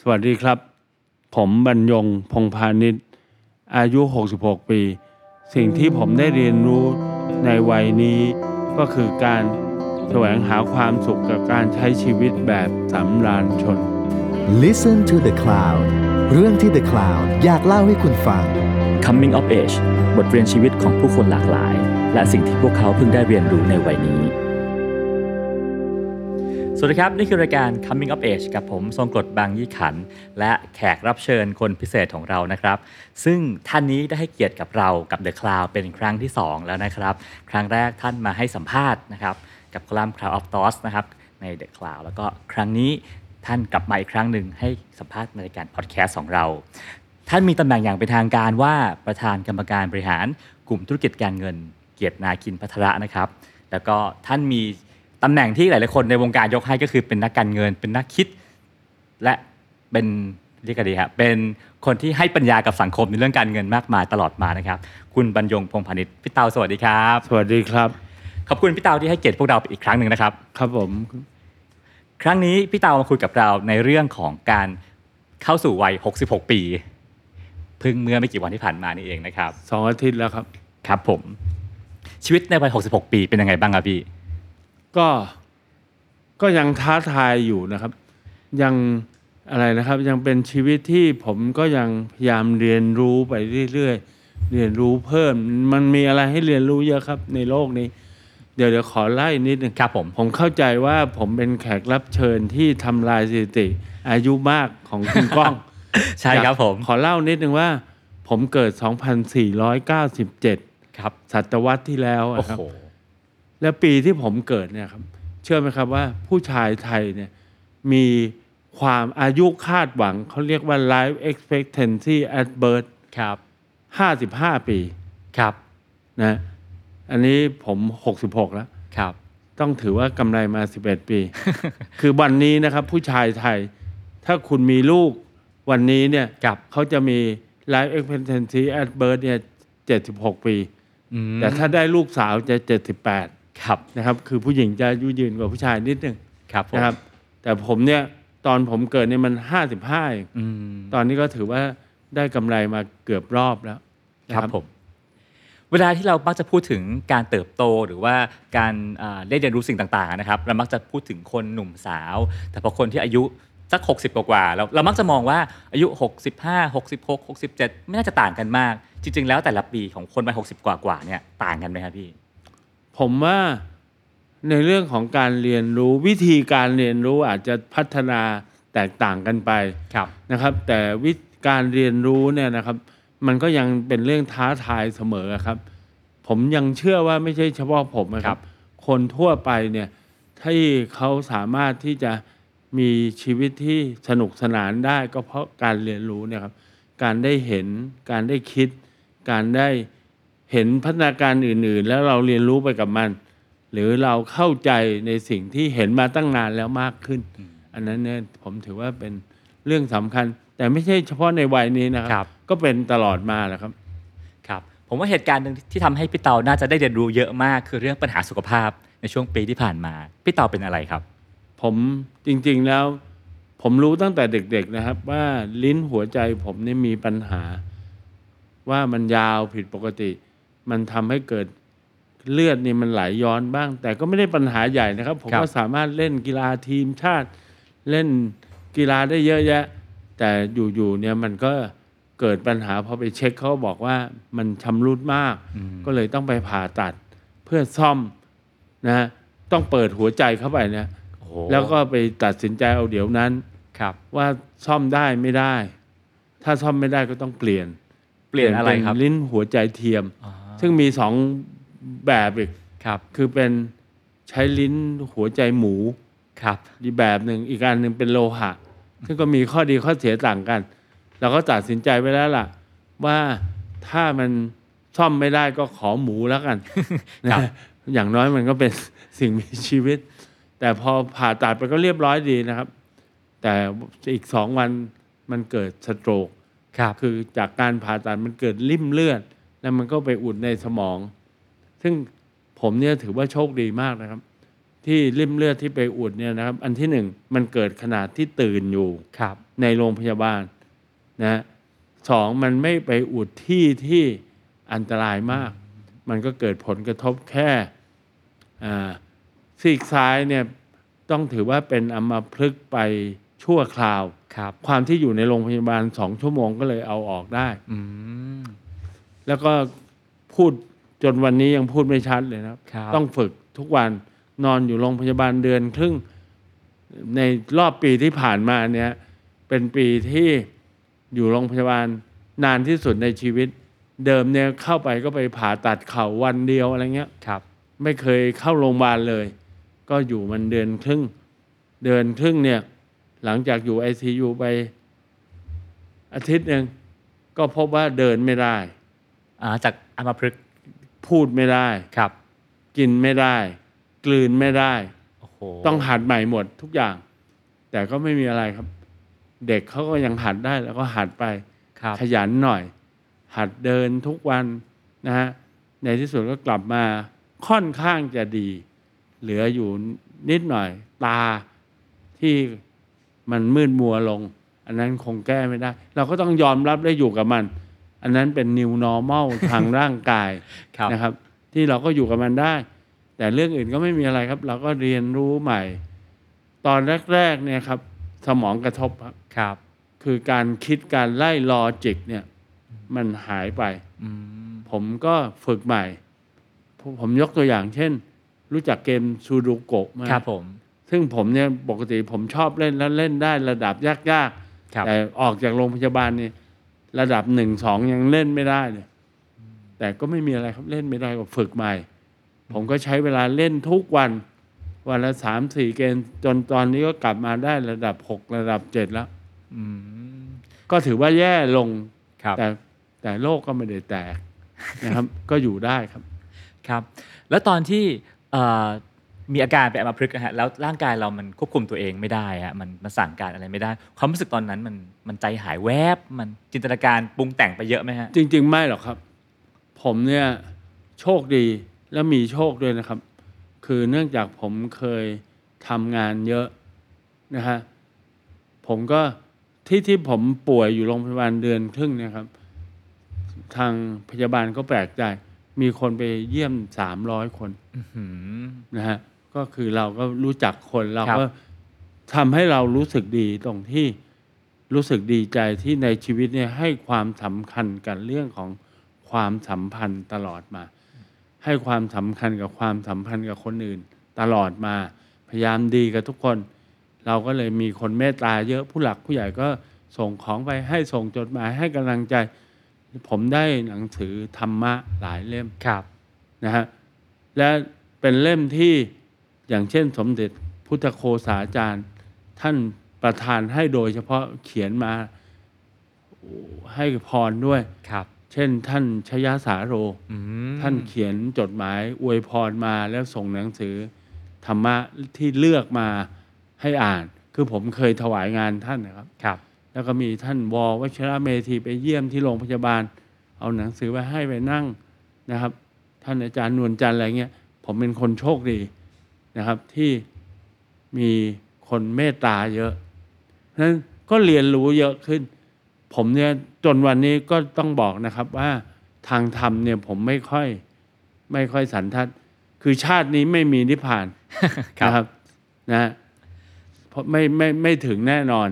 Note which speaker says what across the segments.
Speaker 1: สวัสดีครับ ผมบรรยงพงพาณิชย์อายุ 66 ปี สิ่งที่ผมได้เรียนรู้ในวัยนี้ก็คือการแสวงหาความสุขกับการใช้ชีวิตแบบสำราญชน
Speaker 2: Listen to the Cloud เรื่องที่ The Cloud อยากเล่าให้คุณฟัง
Speaker 3: Coming of Age บทเรียนชีวิตของผู้คนหลากหลาย และสิ่งที่พวกเขาเพิ่งได้เรียนรู้ในวัยนี้ สวัสดีครับ นี่คือรายการ Coming of Age กับผมทรงกรดบางยี่ขัน และแขกรับเชิญคนพิเศษของเรานะครับ ซึ่งท่านนี้ได้ให้เกียรติกับเรากับ The Cloud เป็นครั้งที่ 2 แล้วนะครับ ครั้งแรกท่านมาให้สัมภาษณ์นะครับกับคอลัมน์ Cloud of Thoughts นะครับใน The Cloud แล้วก็ครั้งนี้ท่านกลับมาอีกครั้งหนึ่งให้สัมภาษณ์ในรายการพอดแคสต์ของเรา ท่านมีตำแหน่งอย่างเป็นทางการว่าประธานกรรมการบริหารกลุ่มธุรกิจการเงิน เกียรตินาคินพัทระนะครับ แล้วก็ท่านมีตำแหน่งที่หลาย ๆ คนในวงการยกให้ก็คือเป็นนักการเงิน เป็นนักคิด และเป็นเรียกกันดีครับเป็นคนที่ให้ปัญญากับสังคมในเรื่องการเงินมากมายตลอดมานะครับ คุณบรรยงพงษ์พาณิชย์พี่เตาสวัสดีครับ
Speaker 1: สวัสดีครับ
Speaker 3: ขอบคุณพี่เตาที่ให้เกียรติพวกเราอีกครั้งหนึ่งนะครับ
Speaker 1: ครับผม
Speaker 3: ครั้งนี้พี่เตามาคุยกับเราในเรื่องของการเข้าสู่วัย 66 ปี เพิ่งเมื่อไม่กี่วันที่ผ่านมานี่เองนะครับ
Speaker 1: สองอาทิตย์แล้วครับ
Speaker 3: ครับผม ชีวิตในวัย 66 ปีเป็นยังไงบ้างครับพี่
Speaker 1: ก็ก็ยังท้าทายอยู่นะครับ ยังอะไรนะครับ ยังเป็นชีวิตที่ผมก็ยังพยายามเรียนรู้ไปเรื่อยๆเรียนรู้เพิ่ม มันมีอะไรให้เรียนรู้เยอะครับ ในโลกนี้ เดี๋ยวเดี๋ยวขอไล่นิดนึง
Speaker 3: ครับผม
Speaker 1: ผมเข้าใจว่าผมเป็นแขกรับเชิญที่ทำลายสถิติ อายุมากของคุณก้อง
Speaker 3: ใช่ครับผม
Speaker 1: ขอเล่านิดนึงว่า ผมเกิด 2497
Speaker 3: ครับ
Speaker 1: ศตวรรษที่แล้ว
Speaker 3: โอ้
Speaker 1: อะครับ
Speaker 3: โห
Speaker 1: และปีที่ผมเกิดเนี่ยครับเชื่อไหมครับว่าผู้ชายไทยเนี่ยมีความอายุคาดหวัง เขาเรียกว่า life expectancy at birth
Speaker 3: ครับ
Speaker 1: 55 ปี
Speaker 3: ครับ
Speaker 1: นะอันนี้ผม 66 แล้ว
Speaker 3: ครับ
Speaker 1: ต้องถือว่ากำไรมา 11 ปี คือวันนี้นะครับผู้ชายไทย ถ้าคุณมีลูกวันนี้เนี่ย
Speaker 3: ครับ
Speaker 1: เขาจะมี life expectancy at birth เนี่ย76 ปี
Speaker 3: อืม
Speaker 1: แต่ถ้าได้ลูกสาวจะ 78
Speaker 3: ครับ
Speaker 1: นะครับคือผู้หญิงจะอายุยืนกว่าผู้ชายนิดหนึ่ง
Speaker 3: ครับผม
Speaker 1: นะครับ แต่ผมเนี่ยตอนผมเกิดเนี่ยมันห้าสิบห้าเอง
Speaker 3: อืม
Speaker 1: ตอนนี้ก็ถือว่าได้กำไรมาเกือบรอบแล้วนะครับ
Speaker 3: ผม เวลาที่เรามักจะพูดถึงการเติบโตหรือว่าการอ่าได้เรียนรู้สิ่งต่างๆนะครับ เรามักจะพูดถึงคนหนุ่มสาว แต่พอคนที่อายุสัก 60 กว่าๆเราเรามักจะมองว่าอายุ 65 66 67 ไม่น่าจะต่างกันมาก จริง ๆ แล้วแต่ละปีของคนวัย60 กว่าๆเนี่ยต่างกันไหมครับพี่
Speaker 1: ผมว่าในเรื่องของการเรียนรู้วิธีการเรียนรู้อาจจะพัฒนาแตกต่างกันไป
Speaker 3: ครับ
Speaker 1: นะครับ แต่วิธีการเรียนรู้เนี่ยนะครับ มันก็ยังเป็นเรื่องท้าทายเสมอครับ ผมยังเชื่อว่าไม่ใช่เฉพาะผมนะครั
Speaker 3: ครับ บ
Speaker 1: คนทั่วไปเนี่ยที่เขาสามารถที่จะมีชีวิตที่สนุกสนานได้ก็เพราะการเรียนรู้เนี่ยครับ การได้เห็น การได้คิด การได้เห็นพัฒนาการอื่น ๆ แล้วเราเรียนรู้ไปกับมัน หรือเราเข้าใจในสิ่งที่เห็นมาตั้งนานแล้วมากขึ้น อันนั้นเนี่ยผมถือว่าเป็นเรื่องสำคัญ แต่ไม่ใช่เฉพาะในวัยนี้นะค
Speaker 3: ครั
Speaker 1: รับ
Speaker 3: บ
Speaker 1: ก็เป็นตลอดมาแหละครับ
Speaker 3: ครับผมว่าเหตุการณ์หนึ่งที่ทำให้พี่เตาน่าจะได้เรียนรู้เยอะมาก คือเรื่องปัญหาสุขภาพในช่วงปีที่ผ่านมาพี่เตาเป็นอะไรครับ
Speaker 1: ผมจริงๆแล้วผมรู้ตั้งแต่เด็กๆนะครับ ว่าลิ้นหัวใจผมเนี่ยมีปัญหา ว่ามันยาวผิดปกติ มันทำให้เกิดเลือดนี่มันไหลย้อนบ้าง แต่ก็ไม่ได้ปัญหาใหญ่นะครับ ผม
Speaker 3: ครับ
Speaker 1: ก็สามารถเล่นกีฬาทีมชาติ เล่นกีฬาได้เยอะแยะ แต่อยู่ๆเนี่ยมันก็เกิดปัญหาพอไปเช็คเขาบอกว่ามันชำรุดมาก ก็เลยต้องไปผ่าตัดเพื่อซ่อมนะฮะต้องเปิดหัวใจเข้าไปนะ
Speaker 3: โอ้โห
Speaker 1: แล้วก็ไปตัดสินใจเอาเดี๋ยวนั้น
Speaker 3: ครับ
Speaker 1: ว่าซ่อมได้ไม่ได้ ถ้าซ่อมไม่ได้ก็ต้องเปลี่ยน
Speaker 3: เปลี่ยนอะไรครับ
Speaker 1: เนลิ้นหัวใจเทียม
Speaker 3: อ๋อ
Speaker 1: ซึ่งมีสองแบบอีก
Speaker 3: ครับ
Speaker 1: คือเป็นใช้ลิ้นหัวใจหมู
Speaker 3: ครับ
Speaker 1: อีกแบบหนึ่งอีกอันหนึ่งเป็นโลหะ ซึ่งก็มีข้อดีข้อเสียต่างกันเราก็ตัดสินใจไว้แล้วล่ะ ว่าถ้ามันซ่อมไม่ได้ก็ขอหมูแล้วกัน
Speaker 3: ค
Speaker 1: นะ
Speaker 3: รับ
Speaker 1: อย่างน้อยมันก็เป็น สิ่งมีชีวิต แต่พอผ่าตัดไปก็เรียบร้อยดีนะครับ แต่อีกสองวันมันเกิดสโตรก
Speaker 3: ครับ
Speaker 1: คือจากการผ่าตัดมันเกิดริ่มเลือด แล้วมันก็ไปอุดในสมอง ซึ่งผมเนี่ยถือว่าโชคดีมากนะครับ ที่ริ่มเลือดที่ไปอุดเนี่ยนะครับ อันที่หนึ่งมันเกิดขนาดที่ตื่นอยู่
Speaker 3: ครับ
Speaker 1: ในโรงพยาบาลนะฮะสองมันไม่ไปอุดที่ที่อันตรายมาก มันก็เกิดผลกระทบแค่อ่าซีกซ้ายเนี่ยต้องถือว่าเป็นอัมพฤกษ์ไปชั่วคราว
Speaker 3: ครับ
Speaker 1: ความที่อยู่ในโรงพยาบาลสองชั่วโมงก็เลยเอาออกได้
Speaker 3: อืม
Speaker 1: แล้วก็พูดจนวันนี้ยังพูดไม่ชัดเลยนะครับ
Speaker 3: ครับ
Speaker 1: ต้องฝึกทุกวันนอนอยู่โรงพยาบาลเดือนครึ่งในรอบปีที่ผ่านมาเนี่ย เป็นปีที่อยู่โรงพยาบาลนานที่สุดในชีวิต เดิมเนี่ยเข้าไปก็ไปผ่าตัดเข่าวันเดียวอะไรเงี้ย
Speaker 3: ครับ
Speaker 1: ไม่เคยเข้าโรงพยาบาลเลย ก็อยู่มันเดือนครึ่ง เดือนครึ่งเนี่ย หลังจากอยู่ไอซียูไปอาทิตย์หนึ่งก็พบว่าเดินไม่ได้
Speaker 3: อ่าจากอัมพฤกษ์
Speaker 1: พูดไม่ได้
Speaker 3: ครับ
Speaker 1: กินไม่ได้ กลืนไม่ได้
Speaker 3: โอ้โห
Speaker 1: ต้องหัดใหม่หมดทุกอย่าง แต่ก็ไม่มีอะไรครับ เด็กเขาก็ยังหัดได้แล้วก็หัดไป
Speaker 3: ครับ
Speaker 1: ขยันหน่อย หัดเดินทุกวันนะฮะในที่สุดก็กลับมาค่อนข้างจะดี เหลืออยู่นิดหน่อย ตาที่มันมืดมัวลง อันนั้นคงแก้ไม่ได้ เราก็ต้องยอมรับและอยู่กับมัน อันนั้นเป็น new normal ทางร่างกาย
Speaker 3: ครับ
Speaker 1: นะครับ ที่เราก็อยู่กับมันได้ แต่เรื่องอื่นก็ไม่มีอะไรครับ เราก็เรียนรู้ใหม่ ตอนแรกๆเนี่ยครับ สมองกระทบครับ
Speaker 3: ครับ
Speaker 1: คือการคิดการไล่ลอจิกเนี่ยมันหายไป
Speaker 3: อืม
Speaker 1: ผมก็ฝึกใหม่ผมผมยกตัวอย่างเช่น รู้จักเกมซูดูโกะไหม
Speaker 3: ครับผม
Speaker 1: ซึ่งผมเนี่ยปกติผมชอบเล่นแล้วเล่นได้ระดับยากๆ
Speaker 3: ครับ
Speaker 1: แต่ออกจากโรงพยาบาลนี่ระดับหนึ่งสองยังเล่นไม่ได้เลยแต่ก็ไม่มีอะไรครับเล่นไม่ได้ก็ฝึกใหม่ ผมก็ใช้เวลาเล่นทุกวัน วันละสามสี่เกมจนตอนนี้ก็กลับมาได้ระดับหกระดับเจ็ดแล้ว
Speaker 3: อืม
Speaker 1: ก็ถือว่าแย่ลง
Speaker 3: ครับ
Speaker 1: แต่แต่โลกก็ไม่ได้แตกนะครับ ก็อยู่ได้ครับ
Speaker 3: ครับ แล้วตอนที่เอ่อมีอาการเป็นอัมพฤกษ์นะฮะแล้วร่างกายเรามันควบคุมตัวเองไม่ได้ฮะมันมันสั่งการอะไรไม่ได้ ความรู้สึกตอนนั้นมันมันใจหายแวบ มันจินตนาการปรุงแต่งไปเยอะไหมฮะ
Speaker 1: จริง ๆ ไม่หรอกครับ ผมเนี่ยโชคดีและมีโชคด้วยนะครับ คือเนื่องจากผมเคยทำงานเยอะนะฮะผมก็ที่ที่ผมป่วยอยู่โรงพยาบาลเดือนครึ่งเนะครับ ทางพยาบาลก็แปลกใจ มีคนไปเยี่ยมสามร้อยคน
Speaker 3: อื้อหือ
Speaker 1: นะฮะก็คือเราก็รู้จักคนเรา
Speaker 3: ครับ
Speaker 1: ก็ทำให้เรารู้สึกดีตรงที่รู้สึกดีใจที่ในชีวิตเนี่ยให้ความสำคัญกับเรื่องของความสัมพันธ์ตลอดมา ให้ความสำคัญกับความสัมพันธ์กับคนอื่น ตลอดมา พยายามดีกับทุกคน เราก็เลยมีคนเมตตาเยอะผู้หลักผู้ใหญ่ก็ส่งของไปให้ส่งจดหมายให้กำลังใจ ผมได้หนังสือธรรมะหลายเล่ม
Speaker 3: ครับ
Speaker 1: นะฮะและเป็นเล่มที่อย่างเช่นสมเด็จพุทธโคสาจารย์ ท่านประทานให้โดยเฉพาะเขียนมาโอ้ให้พรด้วย
Speaker 3: ครับ
Speaker 1: เช่นท่านชยสาโร
Speaker 3: อืม
Speaker 1: ท่านเขียนจดหมายอวยพรมาแล้วส่งหนังสือธรรมะที่เลือกมาให้อ่าน คือผมเคยถวายงานท่านนะครับ
Speaker 3: ครับ
Speaker 1: แล้วก็มีท่านววชระเมธีไปเยี่ยมที่โรงพยาบาล เอาหนังสือไปให้ไปนั่งนะครับ ท่านอาจารย์นวลจันทร์อะไรเงี้ยผมเป็นคนโชคดีนะครับ ที่มีคนเมตตาเยอะฉะนั้นก็เรียนรู้เยอะขึ้น ผมเนี่ยจนวันนี้ก็ต้องบอกนะครับว่าทางธรรมเนี่ยผมไม่ค่อยไม่ค่อยสันทัด คือชาตินี้ไม่มีนิพพาน
Speaker 3: ครับ
Speaker 1: นะครับนะฮะเพราะไม่ไม่ไม่ถึงแน่นอน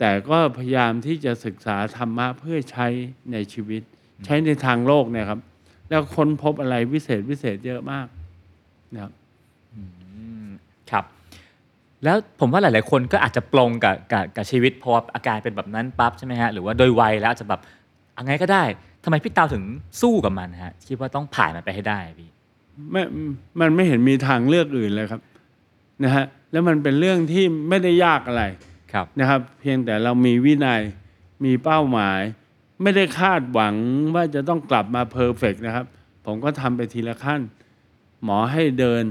Speaker 1: แต่ก็พยายามที่จะศึกษาธรรมะเพื่อใช้ในชีวิต ใช้ในทางโลกเนี่ยครับ แล้วค้นพบอะไรวิเศษวิเศษเยอะมากนะครับ
Speaker 3: อืมครับ แล้วผมว่าหลาย ๆ คนก็อาจจะปลงกับกับกับชีวิตพออาการเป็นแบบนั้นปั๊บใช่ไหมฮะหรือว่าโดยวัยแล้วอาจจะแบบเอาไงก็ได้ทำไมพี่เตาถึงสู้กับมันฮะคิดว่าต้องผ่านมันไปให้ได้พี่
Speaker 1: ไม่มันไม่เห็นมีทางเลือกอื่นเลยครับนะฮะแล้วมันเป็นเรื่องที่ไม่ได้ยากอะไร
Speaker 3: ครับ
Speaker 1: นะครับเพียงแต่เรามีวินัยมีเป้าหมาย ไม่ได้คาดหวังว่าจะต้องกลับมาเพอร์เฟกนะครับ ผมก็ทำไปทีละขั้น หมอให้เดิน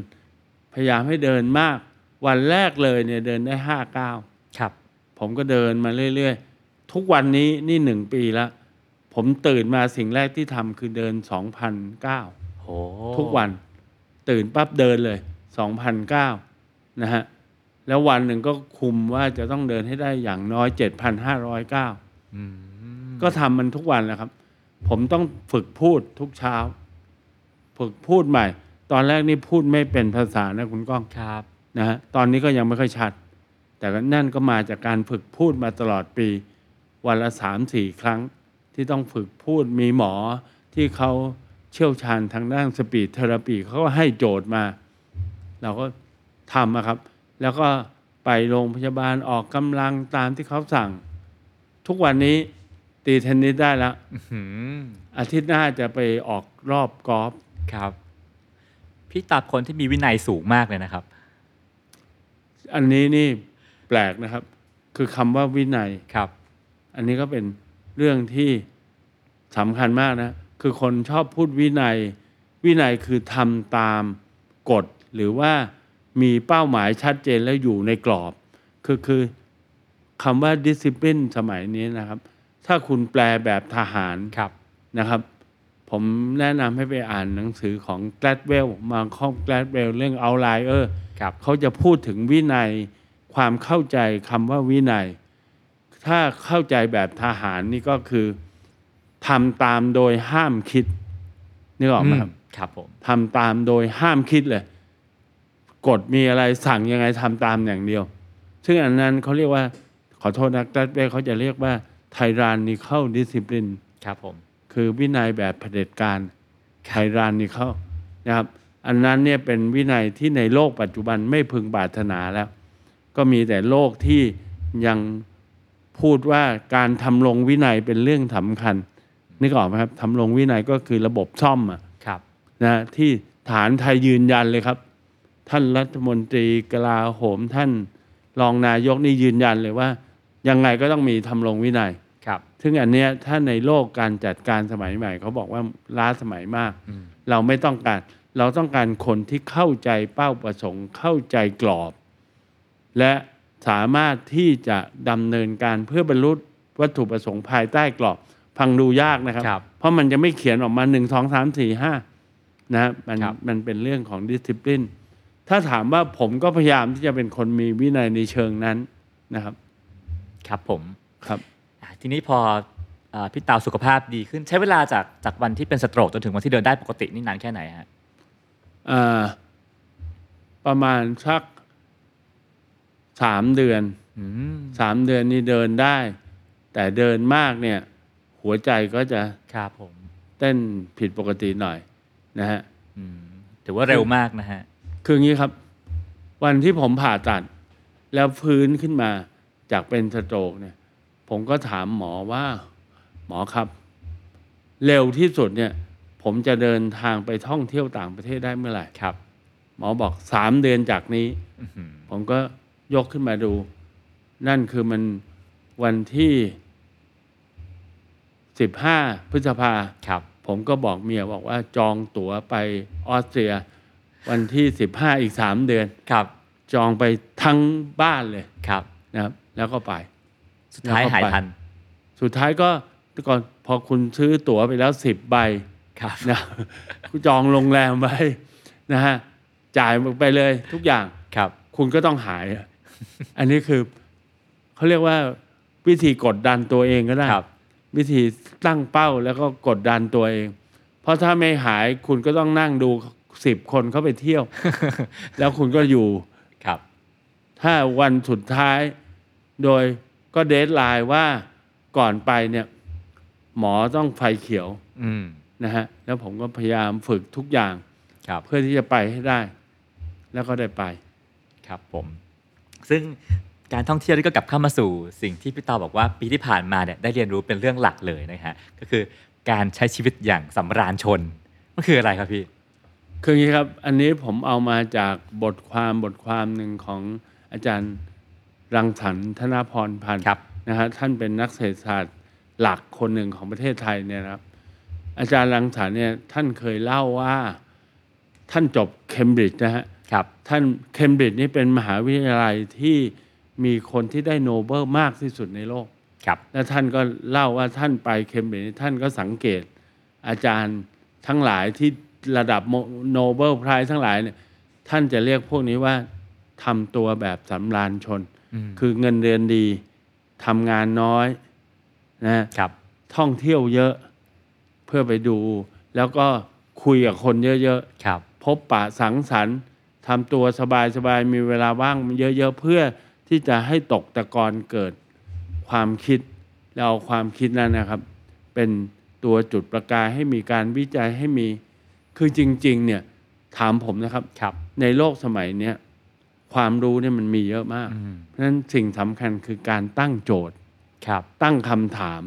Speaker 1: พยายามให้เดินมาก วันแรกเลยเนี่ยเดินได้ห้าก้าว
Speaker 3: ครับ
Speaker 1: ผมก็เดินมาเรื่อยๆ ทุกวันนี้นี่หนึ่งปีละผมตื่นมาสิ่งแรกที่ทำคือเดินสองพันเก้า
Speaker 3: โห
Speaker 1: ทุกวันตื่นปั๊บเดินเลย 2,009 นะฮะแล้ววันหนึ่งก็คุมว่าจะต้องเดินให้ได้อย่างน้อย 7,509
Speaker 3: อืม
Speaker 1: ก็ทำมันทุกวันแหละครับ ผมต้องฝึกพูดทุกเช้า ฝึกพูดใหม่ ตอนแรกนี่พูดไม่เป็นภาษานะคุณก้อง
Speaker 3: ครับ
Speaker 1: นะฮะตอนนี้ก็ยังไม่ค่อยชัด แต่ก็นั่นก็มาจากการฝึกพูดมาตลอดปี วันละสามสี่ครั้ง ที่ต้องฝึกพูดมีหมอที่เขาเชี่ยวชาญทางด้านสปีดเทอราปีเขาก็ให้โจทย์มา เราก็ทำอะครับ แล้วก็ไปโรงพยาบาลออกกำลังตามที่เขาสั่ง ทุกวันนี้ตีเทนนิสได้แล้ว
Speaker 3: อื้อหือ
Speaker 1: อาทิตย์หน้าจะไปออกรอบกอล์ฟ
Speaker 3: ครับ พี่ตาคนที่มีวินัยสูงมากเลยนะครับ
Speaker 1: อันนี้นี่แปลกนะครับ คือคำว่าวินัย
Speaker 3: ครับ
Speaker 1: อันนี้ก็เป็นเรื่องที่สำคัญมากนะ คือคนชอบพูดวินัย วินัยคือทำตามกฎ หรือว่ามีเป้าหมายชัดเจนแล้วอยู่ในกรอบ คือคือคำว่า discipline สมัยนี้นะครับ ถ้าคุณแปลแบบทหาร
Speaker 3: ครับ
Speaker 1: นะครับ ผมแนะนำให้ไปอ่านหนังสือของ Gladwell มาคอม Gladwell เรื่อง Outlier
Speaker 3: ครับ
Speaker 1: เขาจะพูดถึงวินัยความเข้าใจคำว่าวินัย ถ้าเข้าใจแบบทหารนี่ก็คือทำตามโดยห้ามคิดนึกออกไหมครับ
Speaker 3: อืมครับผม
Speaker 1: ทำตามโดยห้ามคิดเลยกฎมีอะไรสั่งยังไงทำตามอย่างเดียว ซึ่งอันนั้นเขาเรียกว่าขอโทษนะกรัฐเวเขาจะเรียกว่าไทรานนิเข้าดิสซิปลิน
Speaker 3: ครับผม
Speaker 1: คือวินัยแบบเผด็จการไทรานนี่เขานะครับ อันนั้นเนี่ยเป็นวินัยที่ในโลกปัจจุบันไม่พึงปรารถนาแล้ว ก็มีแต่โลกที่ยังพูดว่าการทำลงวินัยเป็นเรื่องสำคัญนึกออกไหมครับทำลงวินัยก็คือระบบซ่อมอะ
Speaker 3: ครับ
Speaker 1: นะที่ฐานไทยยืนยันเลยครับ ท่านรัฐมนตรีกลาโหมท่านรองนายกนี่ยืนยันเลยว่า ยังไงก็ต้องมีทำลงวินัย
Speaker 3: ครับ
Speaker 1: ซึ่งอันเนี้ยถ้าในโลกการจัดการสมัยใหม่ เขาบอกว่าล้าสมัยมาก
Speaker 3: อืม
Speaker 1: เราไม่ต้องการ เราต้องการคนที่เข้าใจเป้าประสงค์ เข้าใจกรอบ และสามารถที่จะดำเนินการเพื่อบรรลุวัตถุประสงค์ภายใต้กรอบฟังดูยากนะครับ
Speaker 3: ครับ
Speaker 1: เพราะมันจะไม่เขียนออกมาหนึ่งสองสามสี่ห้านะครับมัน
Speaker 3: ครับ
Speaker 1: มันเป็นเรื่องของดิส i ิ l ลินถ้าถามว่าผมก็พยายามที่จะเป็นคนมีวินัยในเชิงนั้นนะครับ
Speaker 3: ครับผม
Speaker 1: ครับ
Speaker 3: อ่ะทีนี้พออ่าพี่ตาวสุขภาพดีขึ้นใช้เวลาจากจากวันที่เป็นสโตรกจนถึงวันที่เดินได้ปกตินี่นานแค่ไหนฮะ
Speaker 1: เอ่อประมาณสักสามเดือน
Speaker 3: อืม
Speaker 1: สามเดือนนี่เดินได้ แต่เดินมากเนี่ย หัวใจก็จะ
Speaker 3: ครับผม
Speaker 1: เต้นผิดปกติหน่อยนะฮะ
Speaker 3: อืม ถือว่าเร็วมากนะฮะ
Speaker 1: คืออย่างนี้ครับ วันที่ผมผ่าตัด แล้วฟื้นขึ้นมาจากเป็นสโตรกเนี่ย ผมก็ถามหมอว่า หมอครับ เร็วที่สุดเนี่ย ผมจะเดินทางไปท่องเที่ยวต่างประเทศได้เมื่อไหร่
Speaker 3: ครับ
Speaker 1: หมอบอกสามเดือนจากนี้
Speaker 3: อื้อหือ
Speaker 1: ผมก็ยกขึ้นมาดู นั่นคือมันวันที่ 15 พฤษภา
Speaker 3: ครับ
Speaker 1: ผมก็บอกเมียบอกว่าจองตั๋วไปออสเตรีย วันที่ 15 อีก 3 เดือน
Speaker 3: ครับ
Speaker 1: จองไปทั้งบ้านเลย
Speaker 3: ครับ
Speaker 1: นะครับ แล้วก็ไป
Speaker 3: สุดท้าย
Speaker 1: แล้วก็
Speaker 3: หาย
Speaker 1: ไป
Speaker 3: ทัน
Speaker 1: สุดท้ายก็ก่อนพอคุณซื้อตั๋วไปแล้ว 10 ใบ
Speaker 3: ครับ
Speaker 1: นะคุณจองโรงแรมไว้นะฮะจ่ายไปเลยทุกอย่าง
Speaker 3: ครับ
Speaker 1: คุณก็ต้องหายอะ อันนี้คือเขาเรียกว่าวิธีกดดันตัวเองก็ได้
Speaker 3: ครับ
Speaker 1: วิธีตั้งเป้าแล้วก็กดดันตัวเอง เพราะถ้าไม่หายคุณก็ต้องนั่งดูสิบคนเข้าไปเที่ยว แล้วคุณก็อยู่
Speaker 3: ครับ
Speaker 1: ถ้าวันสุดท้ายโดยก็เดทไลน์ว่าก่อนไปเนี่ยหมอต้องไฟเขียว
Speaker 3: อืม
Speaker 1: นะฮะแล้วผมก็พยายามฝึกทุกอย่าง
Speaker 3: ครับ
Speaker 1: เพื่อที่จะไปให้ได้ แล้วก็ได้ไป
Speaker 3: ครับผม ซึ่งการท่องเที่ยวนี่ก็กลับเข้ามาสู่สิ่งที่พี่ตาบอกว่าปีที่ผ่านมาเนี่ยได้เรียนรู้เป็นเรื่องหลักเลยนะฮะ ก็คือการใช้ชีวิตอย่างสำราญชน มันคืออะไรครับพี่
Speaker 1: คืออย่างนี้ครับ อันนี้ผมเอามาจากบทความบทความหนึ่งของอาจารย์รังสรรค์ธนาพรพันธ์
Speaker 3: ครับ
Speaker 1: นะฮะท่านเป็นนักเศรษฐศาสตร์หลักคนหนึ่งของประเทศไทยเนี่ยนะครับ อาจารย์รังสรรค์เนี่ยท่านเคยเล่าว่า ท่านจบเคมบริดจ์นะฮะ
Speaker 3: ครับ
Speaker 1: ท่านเคมบริดจ์นี่เป็นมหาวิทยาลัยที่มีคนที่ได้โนเบลมากที่สุดในโลก
Speaker 3: ครับ
Speaker 1: และท่านก็เล่าว่าท่านไปเคมบริดจ์ท่านก็สังเกต อาจารย์ทั้งหลายที่ระดับโนเบลไพรส์ทั้งหลายเนี่ยท่านจะเรียกพวกนี้ว่า ทำตัวแบบสำราญชน
Speaker 3: อืม
Speaker 1: คือเงินเดือนดีทำงานน้อยนะ
Speaker 3: ครับ
Speaker 1: ท่องเที่ยวเยอะเพื่อไปดู แล้วก็คุยกับคนเยอะ
Speaker 3: ครับ
Speaker 1: ๆ พบปะสังสรรค์ทำตัวสบายๆ มีเวลาว่างเยอะๆ เพื่อที่จะให้ตกตะกอนเกิดความคิดแล้วเราความคิดนั้นนะครับ เป็นตัวจุดประกายให้มีการวิจัยให้มี คือจริง ๆ เนี่ยถามผมนะครับ
Speaker 3: ครับ
Speaker 1: ในโลกสมัยเนี้ยความรู้เนี่ยมันมีเยอะมาก
Speaker 3: อืม
Speaker 1: เพราะฉะนั้นสิ่งสำคัญคือการตั้งโจทย์
Speaker 3: ครับ
Speaker 1: ตั้งคำถาม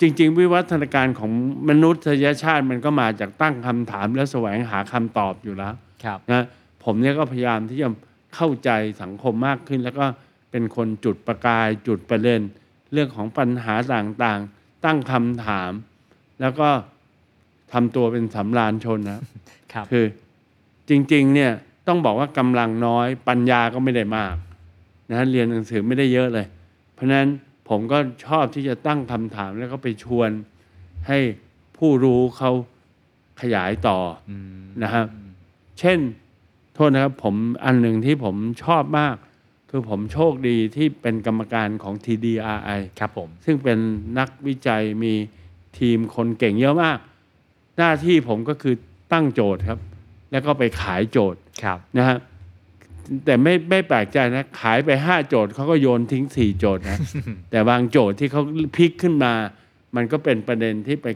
Speaker 1: จริง ๆ วิวัฒนาการของมนุษยชาติมันก็มาจากตั้งคำถามและแสวงหาคำตอบอยู่แล้ว
Speaker 3: ครับ
Speaker 1: นะผมเนี่ยก็พยายามที่จะเข้าใจสังคมมากขึ้น แล้วก็เป็นคนจุดประกายจุดประเด็น เรื่องของปัญหาต่างๆ ตั้งคำถาม แล้วก็ทำตัวเป็นสำราญชนนะ
Speaker 3: ครับ
Speaker 1: คือจริงๆเนี่ยต้องบอกว่ากำลังน้อยปัญญาก็ไม่ได้มากนะเรียนหนังสือไม่ได้เยอะเลย เพราะฉะนั้นผมก็ชอบที่จะตั้งคำถามแล้วก็ไปชวนให้ผู้รู้เขาขยายต่อ
Speaker 3: อืม
Speaker 1: นะครับ เช่นโทษนะครับผมอันหนึ่งที่ผมชอบมาก คือผมโชคดีที่เป็นกรรมการของ TDRI
Speaker 3: ครับผม
Speaker 1: ซึ่งเป็นนักวิจัยมีทีมคนเก่งเยอะมาก หน้าที่ผมก็คือตั้งโจทย์ครับ แล้วก็ไปขายโจทย์
Speaker 3: ครับ
Speaker 1: นะฮะแต่ไม่ไม่แปลกใจนะ ขายไปห้าโจทย์เขาก็โยนทิ้งสี่โจทย์นะ แต่บางโจทย์ที่เขาพลิกขึ้นมา มันก็เป็นประเด็นที่ไป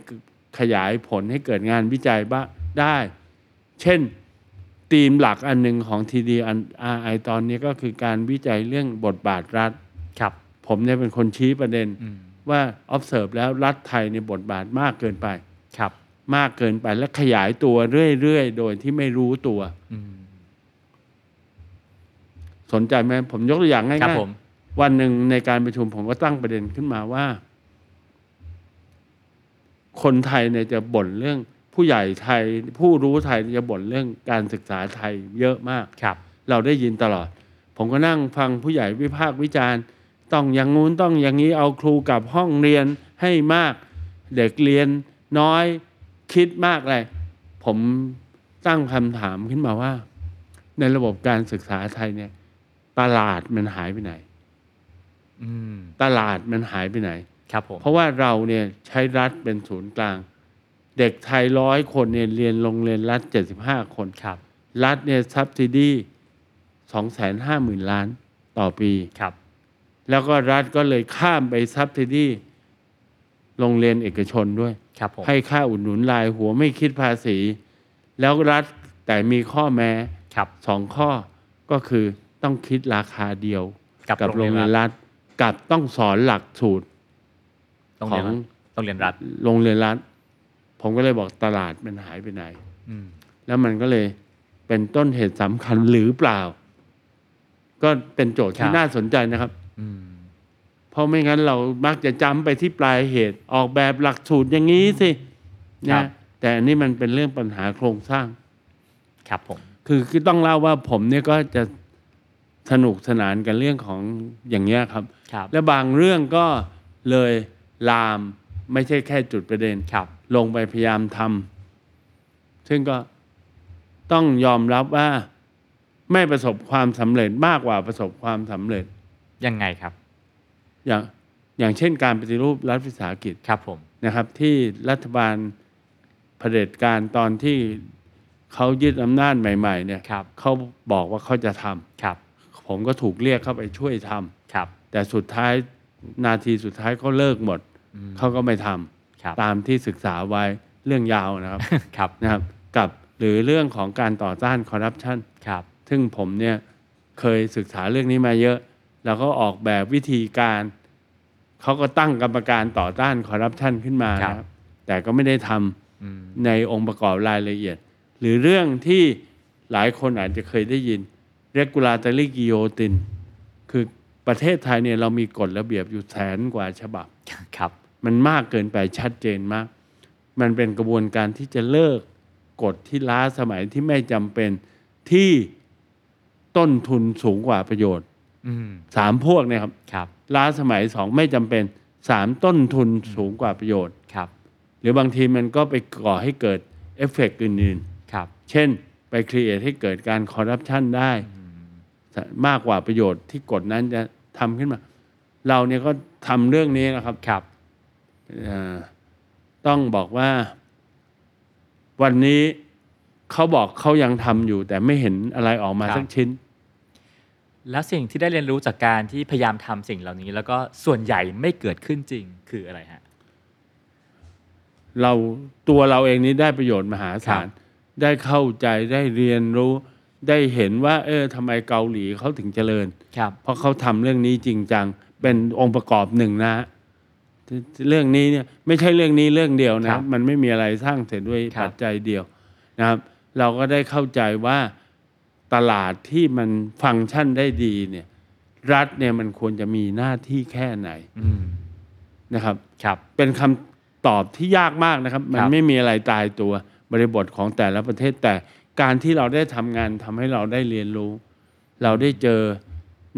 Speaker 1: ขยายผลให้เกิดงานวิจัยบ้างได้ เช่นธีมหลักอันหนึ่งของ TDRI ตอนนี้ก็คือการวิจัยเรื่องบทบาทรัฐ
Speaker 3: ครับ
Speaker 1: ผมเนี่ยเป็นคนชี้ประเด็น
Speaker 3: อืม
Speaker 1: ว่า observe แล้วรัฐไทยในยบทบาทมากเกินไป
Speaker 3: ครับ
Speaker 1: มากเกินไปและขยายตัวเรื่อยๆ โดยที่ไม่รู้ตัว
Speaker 3: อืม
Speaker 1: สนใจไหมผมยกตัวอย่างง่าย
Speaker 3: ครับผม
Speaker 1: ๆ วันหนึ่งในการประชุมผมก็ตั้งประเด็นขึ้นมาว่า คนไทยเนี่ยจะบ่นเรื่องผู้ใหญ่ไทย ผู้รู้ไทยจะบ่นเรื่องการศึกษาไทยเยอะมาก
Speaker 3: ครับ
Speaker 1: เราได้ยินตลอด ผมก็นั่งฟังผู้ใหญ่วิพากษ์วิจารณ์ ต้องอย่างงู้นต้องอย่างนี้เอาครูกลับห้องเรียนให้มาก เด็กเรียนน้อยคิดมากอะไรผมตั้งคำถามขึ้นมาว่า ในระบบการศึกษาไทยเนี่ยตลาดมันหายไปไหน
Speaker 3: อืม
Speaker 1: ตลาดมันหายไปไหน
Speaker 3: ครับผม
Speaker 1: เพราะว่าเราเนี่ยใช้รัฐเป็นศูนย์กลาง เด็กไทยร้อยคนเนี่ยเรียนโรงเรียนรัฐเจ็ดสิบห้าคน
Speaker 3: ครับ
Speaker 1: รัฐเนี่ยสับซิดีสองแสนห้าหมื่นล้านต่อปี
Speaker 3: ครับ
Speaker 1: แล้วก็รัฐก็เลยข้ามไปสับซิดีโรงเรียนเอกชนด้วย
Speaker 3: ครับผม
Speaker 1: ให้ค่าอุดหนุนรายหัวไม่คิดภาษี แล้วรัฐแต่มีข้อแม้
Speaker 3: ครับ
Speaker 1: สองข้อก็คือต้องคิดราคาเดียว
Speaker 3: กับ
Speaker 1: กับโรงเรียน
Speaker 3: รัฐ
Speaker 1: รัฐ กับต้องสอนหลักสูตร
Speaker 3: โรง
Speaker 1: ข
Speaker 3: เรีย
Speaker 1: อน ง
Speaker 3: รัฐโรงเรีย
Speaker 1: โรงเรีย
Speaker 3: นรัฐ
Speaker 1: นรัฐ ผมก็เลยบอกตลาดมันหายไปไหน
Speaker 3: อืม
Speaker 1: แล้วมันก็เลยเป็นต้นเหตุสำคัญหรือเปล่า ก็เป็นโจทย์ที่น่าสนใจนะครับ
Speaker 3: อืม
Speaker 1: เพราะไม่งั้นเรามักจะจำไปที่ปลายเหตุออกแบบหลักสูตรอย่างนี้สินะแต่อันนี้มันเป็นเรื่องปัญหาโครงสร้าง
Speaker 3: ครับผม
Speaker 1: คือคือต้องเล่าว่าผมเนี่ยก็จะสนุกสนานกันเรื่องของอย่างเงี้ยครับ
Speaker 3: ครับ
Speaker 1: และบางเรื่องก็เลยลามไม่ใช่แค่จุดประเด็น
Speaker 3: ครับ
Speaker 1: ลงไปพยายามทำซึ่งก็ต้องยอมรับว่าไม่ประสบความสำเร็จมากกว่าประสบความสำเร็จ
Speaker 3: ยังไงครับ
Speaker 1: อย่างอย่างเช่นการปฏิรูปรัฐวิสาหกิจ
Speaker 3: ครับผม
Speaker 1: นะครับ ที่รัฐบาลเผด็จการตอนที่เขายึดอำนาจใหม่ ๆ เนี่ย
Speaker 3: ครับ
Speaker 1: เขาบอกว่าเขาจะท
Speaker 3: ครับ
Speaker 1: ำผมก็ถูกเรียกเข้าไปช่วยท
Speaker 3: ครับ
Speaker 1: ำแต่สุดท้ายนาทีสุดท้ายเขาเลิกหมด
Speaker 3: อืม
Speaker 1: เขาก็ไม่ท
Speaker 3: ครับ
Speaker 1: ำตามที่ศึกษาไว้เรื่องยาวนะครับ
Speaker 3: ครับ
Speaker 1: นะครับกับหรือเรื่องของการต่อต้านคอร์รัปชัน
Speaker 3: ครับ
Speaker 1: ซึ่งผมเนี่ยเคยศึกษาเรื่องนี้มาเยอะ แล้วก็ออกแบบวิธีการ เขาก็ตั้งกรรมการต่อต้านคอร์รัปชันขึ้นมานะครับแต่ก็ไม่ได้ทำ
Speaker 3: อืม
Speaker 1: ในองค์ประกอบรายละเอียด หรือเรื่องที่หลายคนอาจจะเคยได้ยิน regulatory guillotine คือประเทศไทยเนี่ยเรามีกฎระเบียบอยู่แสนกว่าฉบับ
Speaker 3: ครับ
Speaker 1: มันมากเกินไปชัดเจนมาก มันเป็นกระบวนการที่จะเลิกกฎที่ล้าสมัยที่ไม่จำเป็นที่ต้นทุนสูงกว่าประโยชน์
Speaker 3: อืม
Speaker 1: สามพวกเนะครับ
Speaker 3: ครับ
Speaker 1: ล้าสมัยสองไม่จำเป็นสามต้นทุนสูงกว่าประโยชน์
Speaker 3: ครับ
Speaker 1: หรือบางทีมันก็ไปก่อให้เกิดเอฟเฟกต์อื่น
Speaker 3: ครับ
Speaker 1: ๆ เช่น ไปครีเอทให้เกิดการคอร์รัปชันได้ มากกว่าประโยชน์ที่กฎนั้นจะทำขึ้นมา เราเนี่ยก็ทำเรื่องนี้นะครับ
Speaker 3: ครับ
Speaker 1: เอ่อต้องบอกว่า วันนี้เขาบอกเขายังทำอยู่ แต่ไม่เห็นอะไรออกมา
Speaker 3: ครับ
Speaker 1: สักชิ้น
Speaker 3: แล้วสิ่งที่ได้เรียนรู้จากการที่พยายามทำสิ่งเหล่านี้ แล้วก็ส่วนใหญ่ไม่เกิดขึ้นจริงคืออะไรฮะ
Speaker 1: เราตัวเราเองนี้ได้ประโยชน์มหาศา
Speaker 3: ค
Speaker 1: ล
Speaker 3: รับ
Speaker 1: ได้เข้าใจได้เรียนรู้ ได้เห็นว่า เออทำไมเกาหลีเขาถึงเจริญ
Speaker 3: ครับ
Speaker 1: เพราะเขาทำเรื่องนี้จริงจัง เป็นองค์ประกอบหนึ่งนะฮะเรื่องนี้เนี่ยไม่ใช่เรื่องนี้เรื่องเดียว
Speaker 3: ครั
Speaker 1: นะ
Speaker 3: บ
Speaker 1: มันไม่มีอะไรสร้างเสร็จด้วย
Speaker 3: ครับ
Speaker 1: ปัจจัยเดียวนะครับ เราก็ได้เข้าใจว่าตลาดที่มันฟังก์ชันได้ดีเนี่ย รัฐเนี่ยมันควรจะมีหน้าที่แค่ไหนนะครับ
Speaker 3: ครับ
Speaker 1: เป็นคำตอบที่ยากมากนะครับ มัน
Speaker 3: ครับ
Speaker 1: ไม่มีอะไรตายตัวบริบทของแต่ละประเทศแต่การที่เราได้ทำงานทำให้เราได้เรียนรู้ เราได้เจอ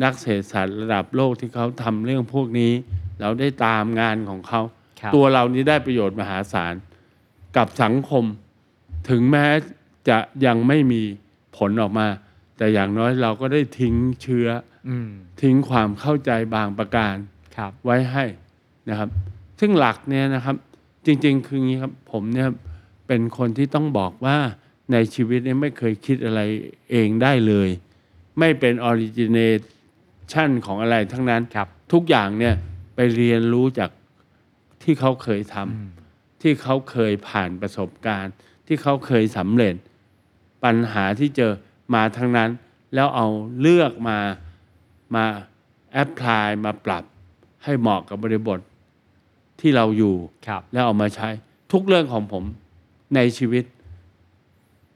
Speaker 1: นักเศรษฐศาสตร์ระดับโลกที่เขาทำเรื่องพวกนี้ เราได้ตามงานของเขา
Speaker 3: ครับ
Speaker 1: ตัวเรานี้ได้ประโยชน์มหาศาล กับสังคม ถึงแม้จะยังไม่มีผลออกมา แต่อย่างน้อยเราก็ได้ทิ้งเชื้อ
Speaker 3: อืม
Speaker 1: ทิ้งความเข้าใจบางประการ
Speaker 3: ครับ
Speaker 1: ไว้ให้นะครับ ซึ่งหลักเนี่ยนะครับ จริง ๆ คืองี้ครับผมเนี่ยเป็นคนที่ต้องบอกว่าในชีวิตเนี่ยไม่เคยคิดอะไรเองได้เลย ไม่เป็นออริจินเนชันของอะไรทั้งนั้น
Speaker 3: ครับ
Speaker 1: ทุกอย่างเนี่ยไปเรียนรู้จากที่เขาเคยทำ
Speaker 3: อืม
Speaker 1: ที่เขาเคยผ่านประสบการณ์ ที่เขาเคยสำเร็จ ปัญหาที่เจอมาทั้งนั้น แล้วเอาเลือกมามาแอพพลายมาปรับให้เหมาะกับบริบทที่เราอยู่
Speaker 3: ครับ
Speaker 1: แล้วเอามาใช้ ทุกเรื่องของผมในชีวิต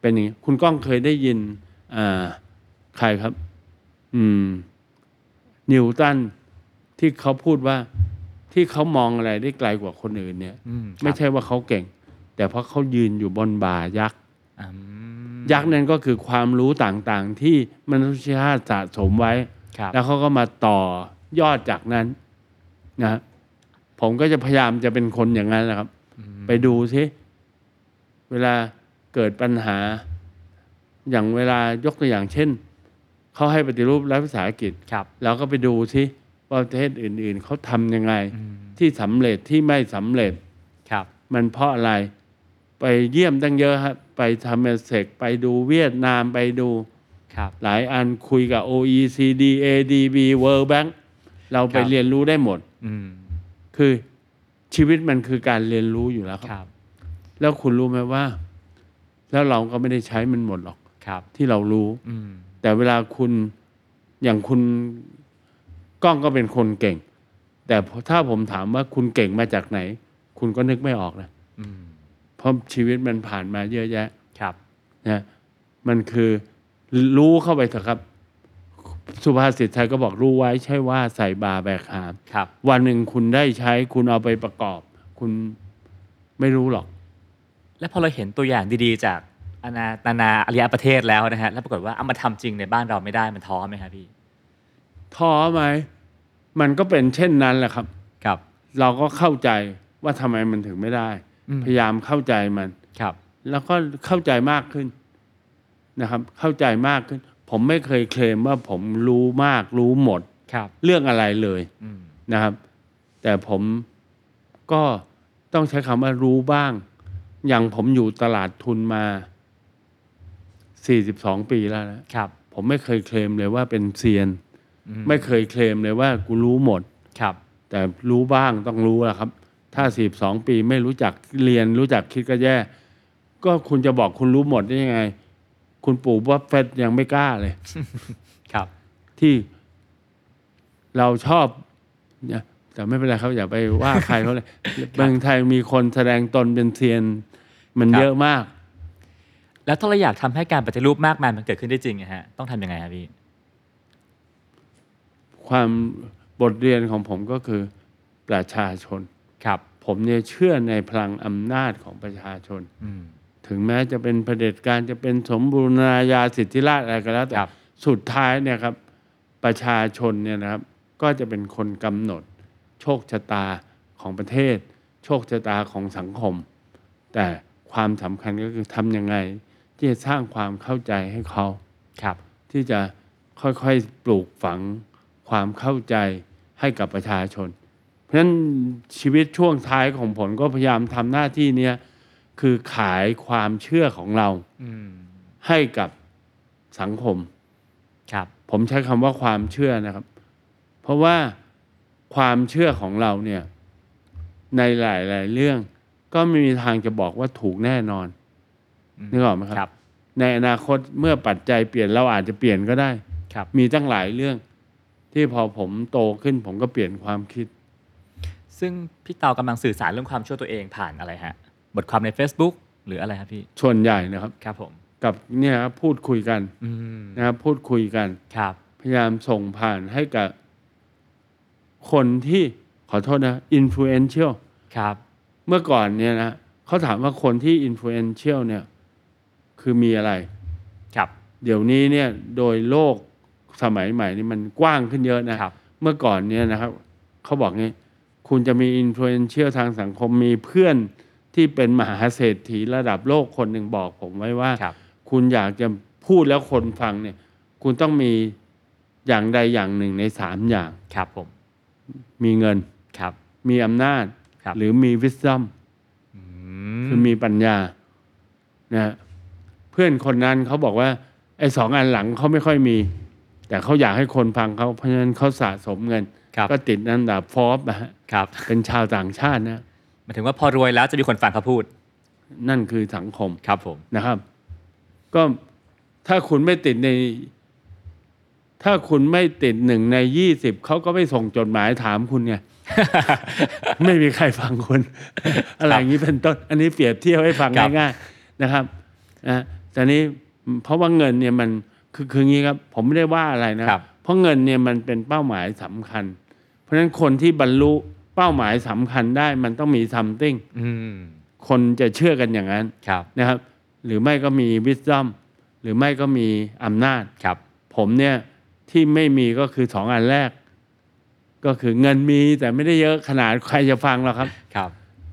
Speaker 1: เป็นอย่างนี้คุณก้องเคยได้ยินอ่าใครครับ อืม นิวตันที่เขาพูดว่าที่เขามองอะไรได้ไกลกว่าคนอื่นเนี่ย
Speaker 3: อืม
Speaker 1: ไม่ใช่ว่าเขาเก่ง แต่เพราะเขายืนอยู่บนบ่ายักษ์
Speaker 3: อืม
Speaker 1: ยักษ์นั่นก็คือความรู้ต่างๆ ที่มนุษยชาติสะสมไว้
Speaker 3: ครับ
Speaker 1: แล้วเขาก็มาต่อยอดจากนั้นนะฮะผมก็จะพยายามจะเป็นคนอย่างนั้นแหละครับ
Speaker 3: อืม
Speaker 1: ไปดูสิเวลาเกิดปัญหา อย่างเวลายกตัวอย่างเช่น เขาให้ปฏิรูปรัฐวิสาหกิจ
Speaker 3: ครับ
Speaker 1: เราก็ไปดูสิว่าประเทศอื่น ๆเขาทำยังไง
Speaker 3: อืม
Speaker 1: ที่สำเร็จที่ไม่สำเร็จ
Speaker 3: ครับ
Speaker 1: มันเพราะอะไร ไปเยี่ยมตั้งเยอะฮะไปทำเอเซกไปดูเวียดนามไปดู
Speaker 3: ครับ
Speaker 1: หลายอันคุยกับ OECD ADB World Bank เราไป
Speaker 3: ครับ
Speaker 1: เรียนรู้ได้หมด
Speaker 3: อืม
Speaker 1: คือชีวิตมันคือการเรียนรู้อยู่แล้ว
Speaker 3: ค
Speaker 1: ครับ
Speaker 3: รับ
Speaker 1: แล้วคุณรู้ไหมว่า แล้วเราก็ไม่ได้ใช้มันหมดหรอก
Speaker 3: ครับ
Speaker 1: ที่เรารู้
Speaker 3: อืม
Speaker 1: แต่เวลาคุณอย่างคุณก้องก็เป็นคนเก่ง แต่ถ้าผมถามว่าคุณเก่งมาจากไหน คุณก็นึกไม่ออกนะ
Speaker 3: อืม
Speaker 1: เพราะชีวิตมันผ่านมาเยอะแยะ
Speaker 3: ครับ
Speaker 1: นะมันคือรู้เข้าไปเถอะครับ สุภาษิตไทยก็บอกรู้ไว้ใช่ว่าใส่บาแบกหาม
Speaker 3: ครับ
Speaker 1: วันหนึ่งคุณได้ใช้คุณเอาไปประกอบ คุณไม่รู้หรอก
Speaker 3: และพอเราเห็นตัวอย่างดีๆ จากอาณานานาอาริยประเทศแล้วนะฮะ แล้วปรากฏว่าเอามาทำจริงในบ้านเราไม่ได้มันท้อไหมครับพี่
Speaker 1: ท้อไหมมันก็เป็นเช่นนั้นแหละครับ
Speaker 3: ครับ
Speaker 1: เราก็เข้าใจว่าทำไมมันถึงไม่ได้
Speaker 3: อืม
Speaker 1: พยายามเข้าใจมัน
Speaker 3: ครับ
Speaker 1: แล้วก็เข้าใจมากขึ้นนะครับ เข้าใจมากขึ้น ผมไม่เคยเคลมว่าผมรู้มากรู้หมด
Speaker 3: ครับ
Speaker 1: เรื่องอะไรเลย
Speaker 3: อืม
Speaker 1: นะครับ แต่ผมก็ต้องใช้คำว่ารู้บ้าง อย่างผมอยู่ตลาดทุนมา 42 ปีแล้วนะครับ ผมไม่เคยเคลมเลยว่าเป็นเซียน
Speaker 3: อืม
Speaker 1: ไม่เคยเคลมเลยว่ากูรู้หมด
Speaker 3: ครับ
Speaker 1: แต่รู้บ้างต้องรู้ละครับ ถ้า 42 ปีไม่รู้จักเรียนรู้จักคิดก็แย่ ก็คุณจะบอกคุณรู้หมดได้ยังไง คุณปู่ว่าเฟดยังไม่กล้าเลย
Speaker 3: ครับ
Speaker 1: ที่เราชอบเนี่ยแต่ไม่เป็นไรครับ อย่าไปว่าใครเขาเลย เมืองไทยมีคนแสดงตนเป็นเซียน มัน
Speaker 3: ครับ
Speaker 1: เยอะมาก
Speaker 3: แล้วถ้าเราอยากทำให้การปฏิรูปมากมายมันเกิดขึ้นได้จริงนะฮะ ต้องทำยังไงครับพี่
Speaker 1: ความบทเรียนของผมก็คือประชาชน
Speaker 3: ครับ
Speaker 1: ผมเนี่ยเชื่อในพลังอำนาจของประชาชน
Speaker 3: อืม
Speaker 1: ถึงแม้จะเป็นเผด็จการจะเป็นสมบูรณาญาสิทธิราชย์อะไรก็แล้วแต่
Speaker 3: ครับ
Speaker 1: สุดท้ายเนี่ยครับ ประชาชนเนี่ยนะครับ ก็จะเป็นคนกำหนด โชคชะตาของประเทศ โชคชะตาของสังคม แต่ความสำคัญก็คือทำยังไง ที่จะสร้างความเข้าใจให้เขา
Speaker 3: ครับ
Speaker 1: ที่จะ ค่อยๆ ปลูกฝังความเข้าใจให้กับประชาชน เพราะฉะนั้นชีวิตช่วงท้ายของผมก็พยายามทำหน้าที่เนี้ยคือขายความเชื่อของเรา
Speaker 3: อืม
Speaker 1: ให้กับสังคม
Speaker 3: ครับ
Speaker 1: ผมใช้คำว่าความเชื่อนะครับ เพราะว่าความเชื่อของเราเนี่ยในหลาย ๆ เรื่อง ก็ไม่มีทางจะบอกว่าถูกแน่นอน
Speaker 3: อืม
Speaker 1: นึกออกไหมครับ
Speaker 3: ครับ
Speaker 1: ในอนาคตเมื่อปัจจัยเปลี่ยนเราอาจจะเปลี่ยนก็ได้
Speaker 3: ครับ
Speaker 1: มีตั้งหลายเรื่อง ที่พอผมโตขึ้นผมก็เปลี่ยนความคิด
Speaker 3: ซึ่งพี่เตากำลังสื่อสารเรื่องความเชื่อตัวเองผ่านอะไรฮะ บทความใน Facebook หรืออะไรครับพี่
Speaker 1: ส่วนใหญ่นะครับ
Speaker 3: ครับผม
Speaker 1: กับเนี่ยครับพูดคุยกัน
Speaker 3: อืม
Speaker 1: นะครับพูดคุยกัน
Speaker 3: ครับ
Speaker 1: พยายามส่งผ่านให้กับคนที่ขอโทษนะ influential
Speaker 3: ครับ
Speaker 1: เมื่อก่อนเนี่ยนะเขาถามว่าคนที่ influential เนี่ยคือมีอะไร
Speaker 3: ครับ
Speaker 1: เดี๋ยวนี้เนี่ยโดยโลกสมัยใหม่นี่มันกว้างขึ้นเยอะนะ
Speaker 3: ครับ
Speaker 1: เมื่อก่อนเนี่ยนะครับเขาบอกงี้คุณจะมีอินฟลูเอนเชียลทางสังคมมีเพื่อนที่เป็นมหาเศรษฐีระดับโลกคนหนึ่งบอกผมไว้ว่า
Speaker 3: ครับ
Speaker 1: คุณอยากจะพูดแล้วคนฟังเนี่ย คุณต้องมีอย่างใดอย่างหนึ่งในสามอย่าง
Speaker 3: ครับผม
Speaker 1: มีเงิน
Speaker 3: ครับ
Speaker 1: มีอำนาจ
Speaker 3: ครับ
Speaker 1: หรือมีวิส d อม
Speaker 3: อื
Speaker 1: คือมีปัญญานะฮะเพื่อนคนนั้นเขาบอกว่าไอ้สองอันหลังเขาไม่ค่อยมี แต่เขาอยากให้คนฟังเขาเพราะฉะนั้นเขาสะสมเงิน
Speaker 3: ครับ
Speaker 1: ก็ติดอันดับฟอบนะฮะ
Speaker 3: ครับ
Speaker 1: เป็นชาวต่างชาตินะ
Speaker 3: หมายถึงว่าพอรวยแล้วจะมีคนฟังเขาพูด
Speaker 1: นั่นคือสังคม
Speaker 3: ครับผม
Speaker 1: นะครับ ก็ถ้าคุณไม่ติดใน ถ้าคุณไม่ติดหนึ่งในยี่สิบเขาก็ไม่ส่งจดหมายถามคุณไง ไม่มีใครฟังคุณ อะไรอย่างนี้เป็นต้น อันนี้เปรียบเทียบให้ฟัง
Speaker 3: ครับ
Speaker 1: ง่ายๆนะครับนะแต่นี้เพราะว่าเงินเนี่ยมันคือคืองี้ครับ ผมไม่ได้ว่าอะไรนะ
Speaker 3: ครับ
Speaker 1: เพราะเงินเนี่ยมันเป็นเป้าหมายสำคัญ เพราะฉะนั้นคนที่บรรลุเป้าหมายสำคัญได้มันต้องมีซัมติ n ง
Speaker 3: อืม
Speaker 1: คนจะเชื่อกันอย่างนั้น
Speaker 3: ครับ
Speaker 1: นะครับ หรือไม่ก็มีวิส d อมหรือไม่ก็มีอำนาจ
Speaker 3: ครับ
Speaker 1: ผมเนี่ยที่ไม่มีก็คือสองอันแรก ก็คือเงินมีแต่ไม่ได้เยอะขนาดใครจะฟังหรอกครับ
Speaker 3: ครับ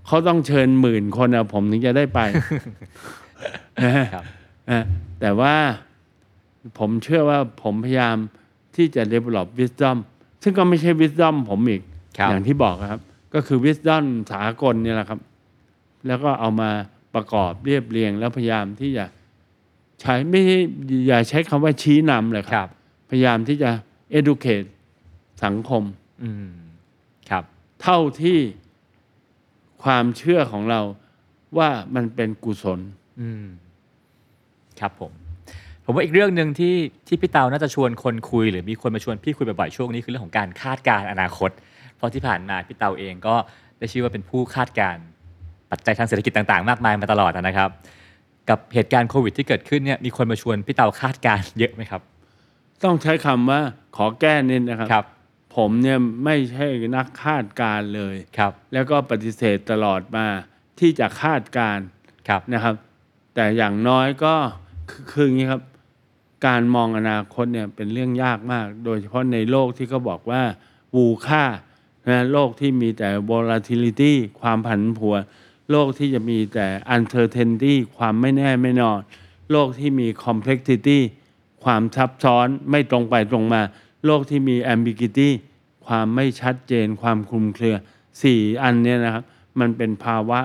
Speaker 1: เขาต้องเชิญหมื่นคนอะผมถึงจะ ได้ไป นะฮะ
Speaker 3: ครับ
Speaker 1: อ่ะแต่ว่าผมเชื่อว่าผมพยายามที่จะ develop wisdom ซึ่งก็ไม่ใช่ wisdom ผมอีก
Speaker 3: ครับ
Speaker 1: อย่างที่บอกนะครับ ก็คือ wisdom สากลเนี่ยแหละครับ แล้วก็เอามาประกอบเรียบเรียง แล้วพยายามที่จะใช้ไม่ใช่อย่าใช้คำว่าชี้นำเลยค
Speaker 3: ครับ รับ
Speaker 1: พยายามที่จะ educate สังคม
Speaker 3: อืมครับ
Speaker 1: เท่าที่ความเชื่อของเราว่ามันเป็นกุศล
Speaker 3: อืมครับผม ผมว่าอีกเรื่องหนึ่งที่ที่พี่เตาน่าจะชวนคนคุย หรือมีคนมาชวนพี่คุยบ่อยๆช่วงนี้คือเรื่องของการคาดการณ์อนาคต เพราะที่ผ่านมาพี่เตาเองก็ได้ชื่อว่าเป็นผู้คาดการณ์ปัจจัยทางเศรษฐกิจต่างๆ มากมายมาตลอดนะครับ กับเหตุการณ์โควิดที่เกิดขึ้นเนี่ยมีคนมาชวนพี่เตาคาดการณ์เยอะไหมครับ
Speaker 1: ต้องใช้คำว่าขอแก้นิดนะครับ
Speaker 3: ครับ
Speaker 1: ผมเนี่ยไม่ใช่นักคาดการณ์เลย
Speaker 3: ครับ
Speaker 1: แล้วก็ปฏิเสธตลอดมาที่จะคาดการณ์
Speaker 3: ครับ
Speaker 1: นะครับ แต่อย่างน้อยก็คือคืออย่างนี้ครับ การมองอนาคตเนี่ยเป็นเรื่องยากมาก โดยเฉพาะในโลกที่เขาบอกว่าวูค่านะโลกที่มีแต่ volatility ความผันผวนโลกที่จะมีแต่ uncertainty ความไม่แน่ไม่นอน โลกที่มี complexity ความซับซ้อนไม่ตรงไปตรงมา โลกที่มี ambiguity ความไม่ชัดเจน ความคลุมเครือสี่อันเนี้ยนะครับ มันเป็นภาวะ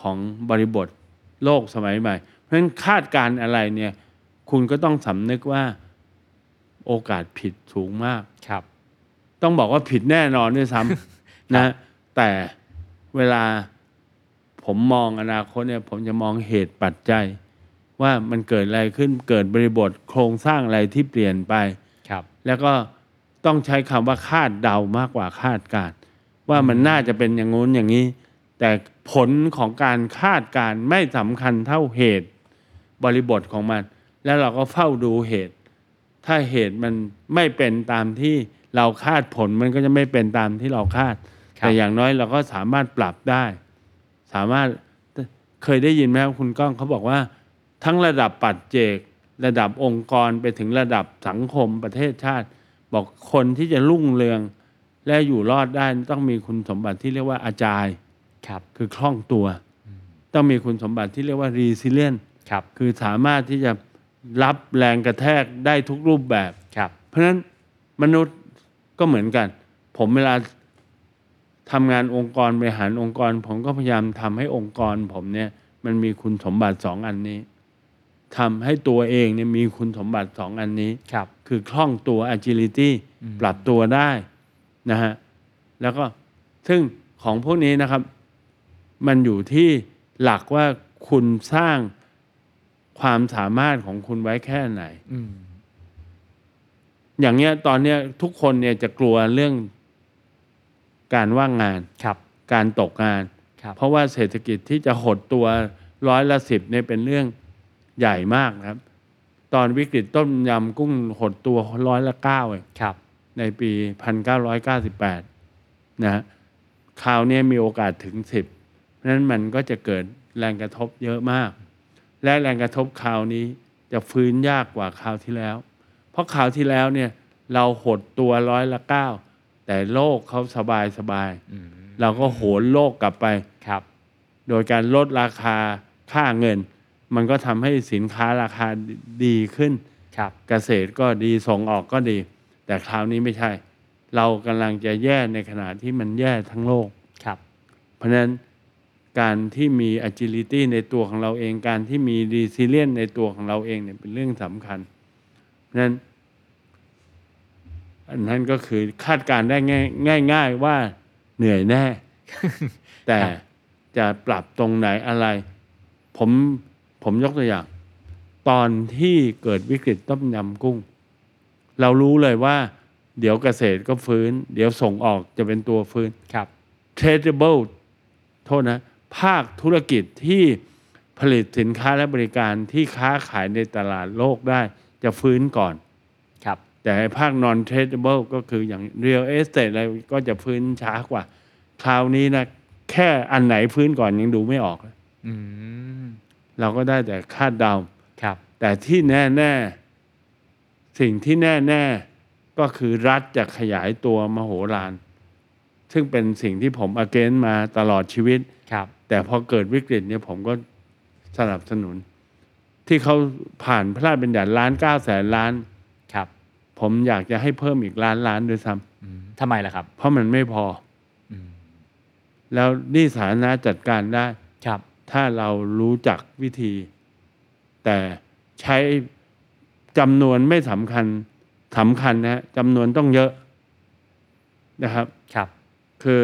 Speaker 1: ของบริบทโลกสมัยใหม่ เพราะฉะนั้นคาดการณ์อะไรเนี่ย คุณก็ต้องสำนึกว่าโอกาสผิดสูงมาก
Speaker 3: ครับ
Speaker 1: ต้องบอกว่าผิดแน่นอนด้วยซ้ำ นะ แต่เวลาผมมองอนาคตเนี่ย ผมจะมองเหตุปัจจัย ว่ามันเกิดอะไรขึ้นเกิดบริบทโครงสร้างอะไรที่เปลี่ยนไป
Speaker 3: ครับ
Speaker 1: แล้วก็ต้องใช้คำว่าคาดเดามากกว่าคาดการณ์ว่ามันน่าจะเป็นอย่างงู้นอย่างนี้ แต่ผลของการคาดการณ์ไม่สำคัญเท่าเหตุบริบทของมัน แล้วเราก็เฝ้าดูเหตุ ถ้าเหตุมันไม่เป็นตามที่เราคาดผลมันก็จะไม่เป็นตามที่เราคาด แต่อย่างน้อยเราก็สามารถปรับได้ สามารถเคยได้ยินไหมครับคุณก้องเขาบอกว่า ทั้งระดับปัจเจก ระดับองค์กรไปถึงระดับสังคมประเทศชาติ บอกคนที่จะรุ่งเรือง และอยู่รอดได้ต้องมีคุณสมบัติที่เรียกว่าอาจาย
Speaker 3: ครับ
Speaker 1: คือคล่องตัว ต้องมีคุณสมบัติที่เรียกว่า resilient
Speaker 3: ครับ
Speaker 1: คือสามารถที่จะรับแรงกระแทกได้ทุกรูปแบบ
Speaker 3: ครับ
Speaker 1: ราะฉะนั้นมนุษย์ก็เหมือนกัน ผมเวลาทำงานองค์กรบริหารองค์กร ผมก็พยายามทำให้องค์กร ผมเนี่ยมันมีคุณสมบัติสองอันนี้ทำให้ตัวเองเนี่ยมีคุณสมบัติสองอันนี้
Speaker 3: ครับ
Speaker 1: คือคล่องตัว agility ปรับตัวได้นะฮะ แล้วก็ซึ่งของพวกนี้นะครับ มันอยู่ที่หลักว่าคุณสร้างความสามารถของคุณไว้แค่ไหน
Speaker 3: อืม
Speaker 1: อย่างเนี้ยตอนเนี้ยทุกคนเนี่ยจะกลัวเรื่องการว่างงาน
Speaker 3: ครับ
Speaker 1: การตกงาน
Speaker 3: ครับ
Speaker 1: เพราะว่าเศรษฐกิจที่จะหดตัวร้อยละสิบเนี่ยเป็นเรื่องใหญ่มากนะครับ ตอนวิกฤตต้มยำกุ้งหดตัวร้อยละเก้าเอง
Speaker 3: ครับ
Speaker 1: ในปี 1998 นะฮะคราวเนี้ยมีโอกาสถึง 10 เพราะฉะนั้นมันก็จะเกิดแรงกระทบเยอะมาก และแรงกระทบคราวนี้จะฟื้นยากกว่าคราวที่แล้ว เพราะคราวที่แล้วเนี่ยเราหดตัวร้อยละ 9 แต่โลกเขาสบายสบายๆ
Speaker 3: อืม
Speaker 1: เราก็โหนโลกกลับไป
Speaker 3: ครับ
Speaker 1: โดยการลดราคาค่าเงิน มันก็ทำให้สินค้าราคาดีขึ้น
Speaker 3: ครับ
Speaker 1: เกษตรก็ดีส่งออกก็ดี แต่คราวนี้ไม่ใช่ เรากำลังจะแย่ในขณะที่มันแย่ทั้งโลก
Speaker 3: ครับ
Speaker 1: เพราะฉะนั้นการที่มี agility ในตัวของเราเอง การที่มี resilience ในตัวของเราเองเนี่ยเป็นเรื่องสำคัญ เพราะฉะนั้น อันนั้นก็คือคาดการณ์ได้ง่ายง่ายง่ายว่าเหนื่อยแน่ แต่จะปรับตรงไหนอะไร ผมผมยกตัวอย่าง ตอนที่เกิดวิกฤตต้มยำกุ้ง เรารู้เลยว่า เดี๋ยวเกษตรก็ฟื้น เดี๋ยวส่งออกจะเป็นตัวฟื้น
Speaker 3: ครับ
Speaker 1: tradable โทษนะ ภาคธุรกิจที่ผลิตสินค้าและบริการที่ค้าขายในตลาดโลกได้จะฟื้นก่อน
Speaker 3: ครับ
Speaker 1: แต่ไอ้ภาค non tradable ก็คืออย่าง real estate อะไรก็จะฟื้นช้ากว่า คราวนี้นะ แค่อันไหนฟื้นก่อนยังดูไม่ออกเลย
Speaker 3: อืม
Speaker 1: เราก็ได้แต่คาดเดา
Speaker 3: ครับ
Speaker 1: แต่ที่แน่ๆ สิ่งที่แน่ๆ ก็คือรัฐจะขยายตัวมโหฬารซึ่งเป็นสิ่งที่ผมอเกนมาตลอดชีวิต
Speaker 3: ครับ
Speaker 1: แต่พอเกิดวิกฤตเนี่ยผมก็สนับสนุน ที่เขาผ่านพระราชบัญญัติล้านเก้าแสนล้าน
Speaker 3: ครับ
Speaker 1: ผมอยากจะให้เพิ่มอีกล้านล้านด้วยซ้
Speaker 3: อืมทำไมล่ะครับ
Speaker 1: ำเพราะมันไม่พอ
Speaker 3: อืม
Speaker 1: แล้วหนี่สาธารณะจัดการได้
Speaker 3: ครับ
Speaker 1: ถ้าเรารู้จักวิธี แต่ใช้จำนวนไม่สำคัญสำคัญนะฮะจำนวนต้องเยอะนะครับ
Speaker 3: ครับ
Speaker 1: คือ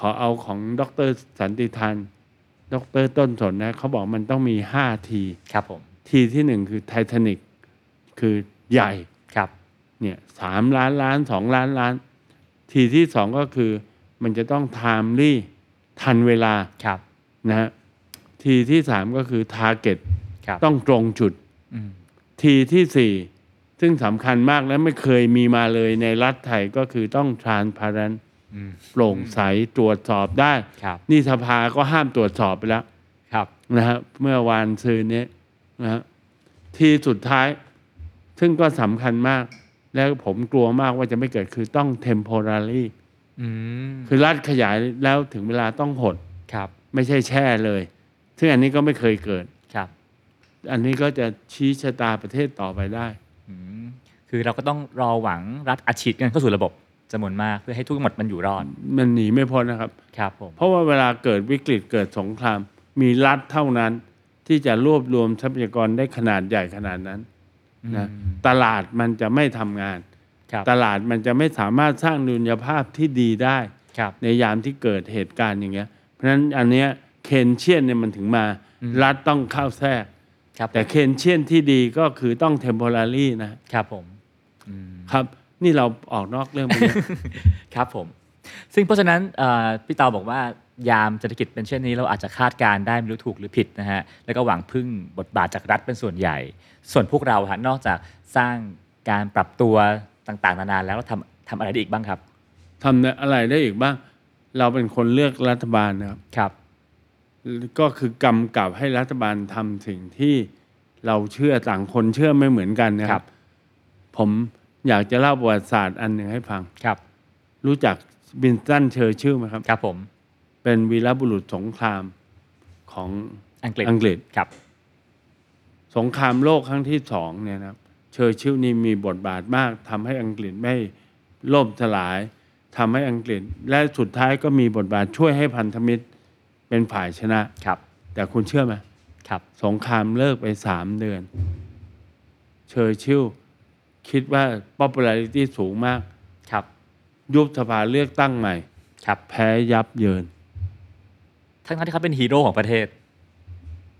Speaker 1: ขอเอาของดรสันติทานดรต้นสนนะเขาบอกมันต้องมีห้าที
Speaker 3: ครับผม
Speaker 1: ทีที่หนึ่งคือไททานิกคือใหญ่
Speaker 3: ครับ
Speaker 1: เนี่ยสามล้านล้านสองล้านล้าน ทีที่สองก็คือมันจะต้อง t ท m ลี่ ทันเวลา
Speaker 3: ครับ
Speaker 1: นะฮะทีที่สามก็คือ t า r g เก็ต
Speaker 3: ครับ
Speaker 1: ต้องตรงจุด
Speaker 3: อืม
Speaker 1: ทีที่สี่ซึ่งสำคัญมากและไม่เคยมีมาเลยในรัฐไทยก็คือต้อง transparent
Speaker 3: อืม
Speaker 1: โปร่งใสตรวจสอบได้
Speaker 3: ครับ
Speaker 1: นี่สภาก็ห้ามตรวจสอบไปแล้ว
Speaker 3: ครับ
Speaker 1: นะฮะเมื่อวานซืนนี้นะฮะที่สุดท้าย ซึ่งก็สำคัญมาก แล้วผมกลัวมากว่าจะไม่เกิดคือต้อง temporary
Speaker 3: อืม
Speaker 1: คือรัดขยายแล้วถึงเวลาต้องหด
Speaker 3: ครับ
Speaker 1: ไม่ใช่แช่เลย ซึ่งอันนี้ก็ไม่เคยเกิด
Speaker 3: ครับ
Speaker 1: อันนี้ก็จะชี้ชะตาประเทศต่อไปได้
Speaker 3: อืม คือเราก็ต้องรอหวังรัฐอัดฉีดเงินเข้าสู่ระบบจำนวนมากเพื่อให้ทุกหมดมันอยู่รอด
Speaker 1: มันหนีไม่พ้นนะครับ
Speaker 3: ครับผม
Speaker 1: เพราะว่าเวลาเกิดวิกฤตเกิดสงคราม มีรัฐเท่านั้น ที่จะรวบรวมทรัพยากรได้ขนาดใหญ่ขนาดนั้นนะตลาดมันจะไม่ทำงาน
Speaker 3: ครับ
Speaker 1: ตลาดมันจะไม่สามารถสร้างดุลยภาพที่ดีได้
Speaker 3: ครับ
Speaker 1: ในยามที่เกิดเหตุการณ์อย่างเงี้ย เพราะฉะนั้นอันเนี้ยเคนเชียนเนี่ยมันถึงมา รัฐต้องเข้าแทรก
Speaker 3: ครับ
Speaker 1: แต่เคนเชียนที่ดีก็คือต้องเทม p o r a r y นะครับ
Speaker 3: ผม
Speaker 1: ครับ นี่เราออกนอกเรื่องไปเยอะ
Speaker 3: ครับผม ซึ่งเพราะฉะนั้นเอ่อพี่เตาบอกว่ายามเศรษฐกิจเป็นเช่นนี้เราอาจจะคาดการณ์ได้ไม่รู้ถูกหรือผิดนะฮะ แล้วก็หวังพึ่งบทบาทจากรัฐเป็นส่วนใหญ่ ส่วนพวกเราฮะนอกจากสร้างการปรับตัวต่างๆ นานาแล้วเราทำทำอะไรได้อีกบ้างครับ
Speaker 1: ทำอะไรได้อีกบ้าง เราเป็นคนเลือกรัฐบาลนะครับ
Speaker 3: ครับ
Speaker 1: ก็คือกำกับให้รัฐบาลทำสิ่งที่เราเชื่อต่างคนเชื่อไม่เหมือนกันนะค
Speaker 3: ครั
Speaker 1: รับ บ ผมอยากจะเล่าประวัติศาสตร์อันหนึ่งให้ฟัง
Speaker 3: ครับ
Speaker 1: รู้จักวินสตันเชอร์ชิลล์ไหมครับ
Speaker 3: ครับผม
Speaker 1: เป็นวีรบุรุษสงครามของ
Speaker 3: อังกฤษ
Speaker 1: อังกฤษ
Speaker 3: ครับ
Speaker 1: สงครามโลกครั้งที่สองเนี่ยนะครับเช เชอร์ชิลนี่มีบทบาทมากทำให้อังกฤษไม่ล่มสลายทำให้อังกฤษ และสุดท้ายก็มีบทบาทช่วยให้พันธมิตรเป็นฝ่ายชนะ
Speaker 3: ครับ
Speaker 1: แต่คุณเชื่อไหม
Speaker 3: ครับ
Speaker 1: สงครามเลิกไปสามเดือน เชอร์ชิลคิดว่า popularity สูงมาก
Speaker 3: ครับ
Speaker 1: ยุบสภาเลือกตั้งใหม่
Speaker 3: ครับ
Speaker 1: แพ้ยับเยิน
Speaker 3: ทั้งๆที่เขาเป็นฮีโร่ของประเทศ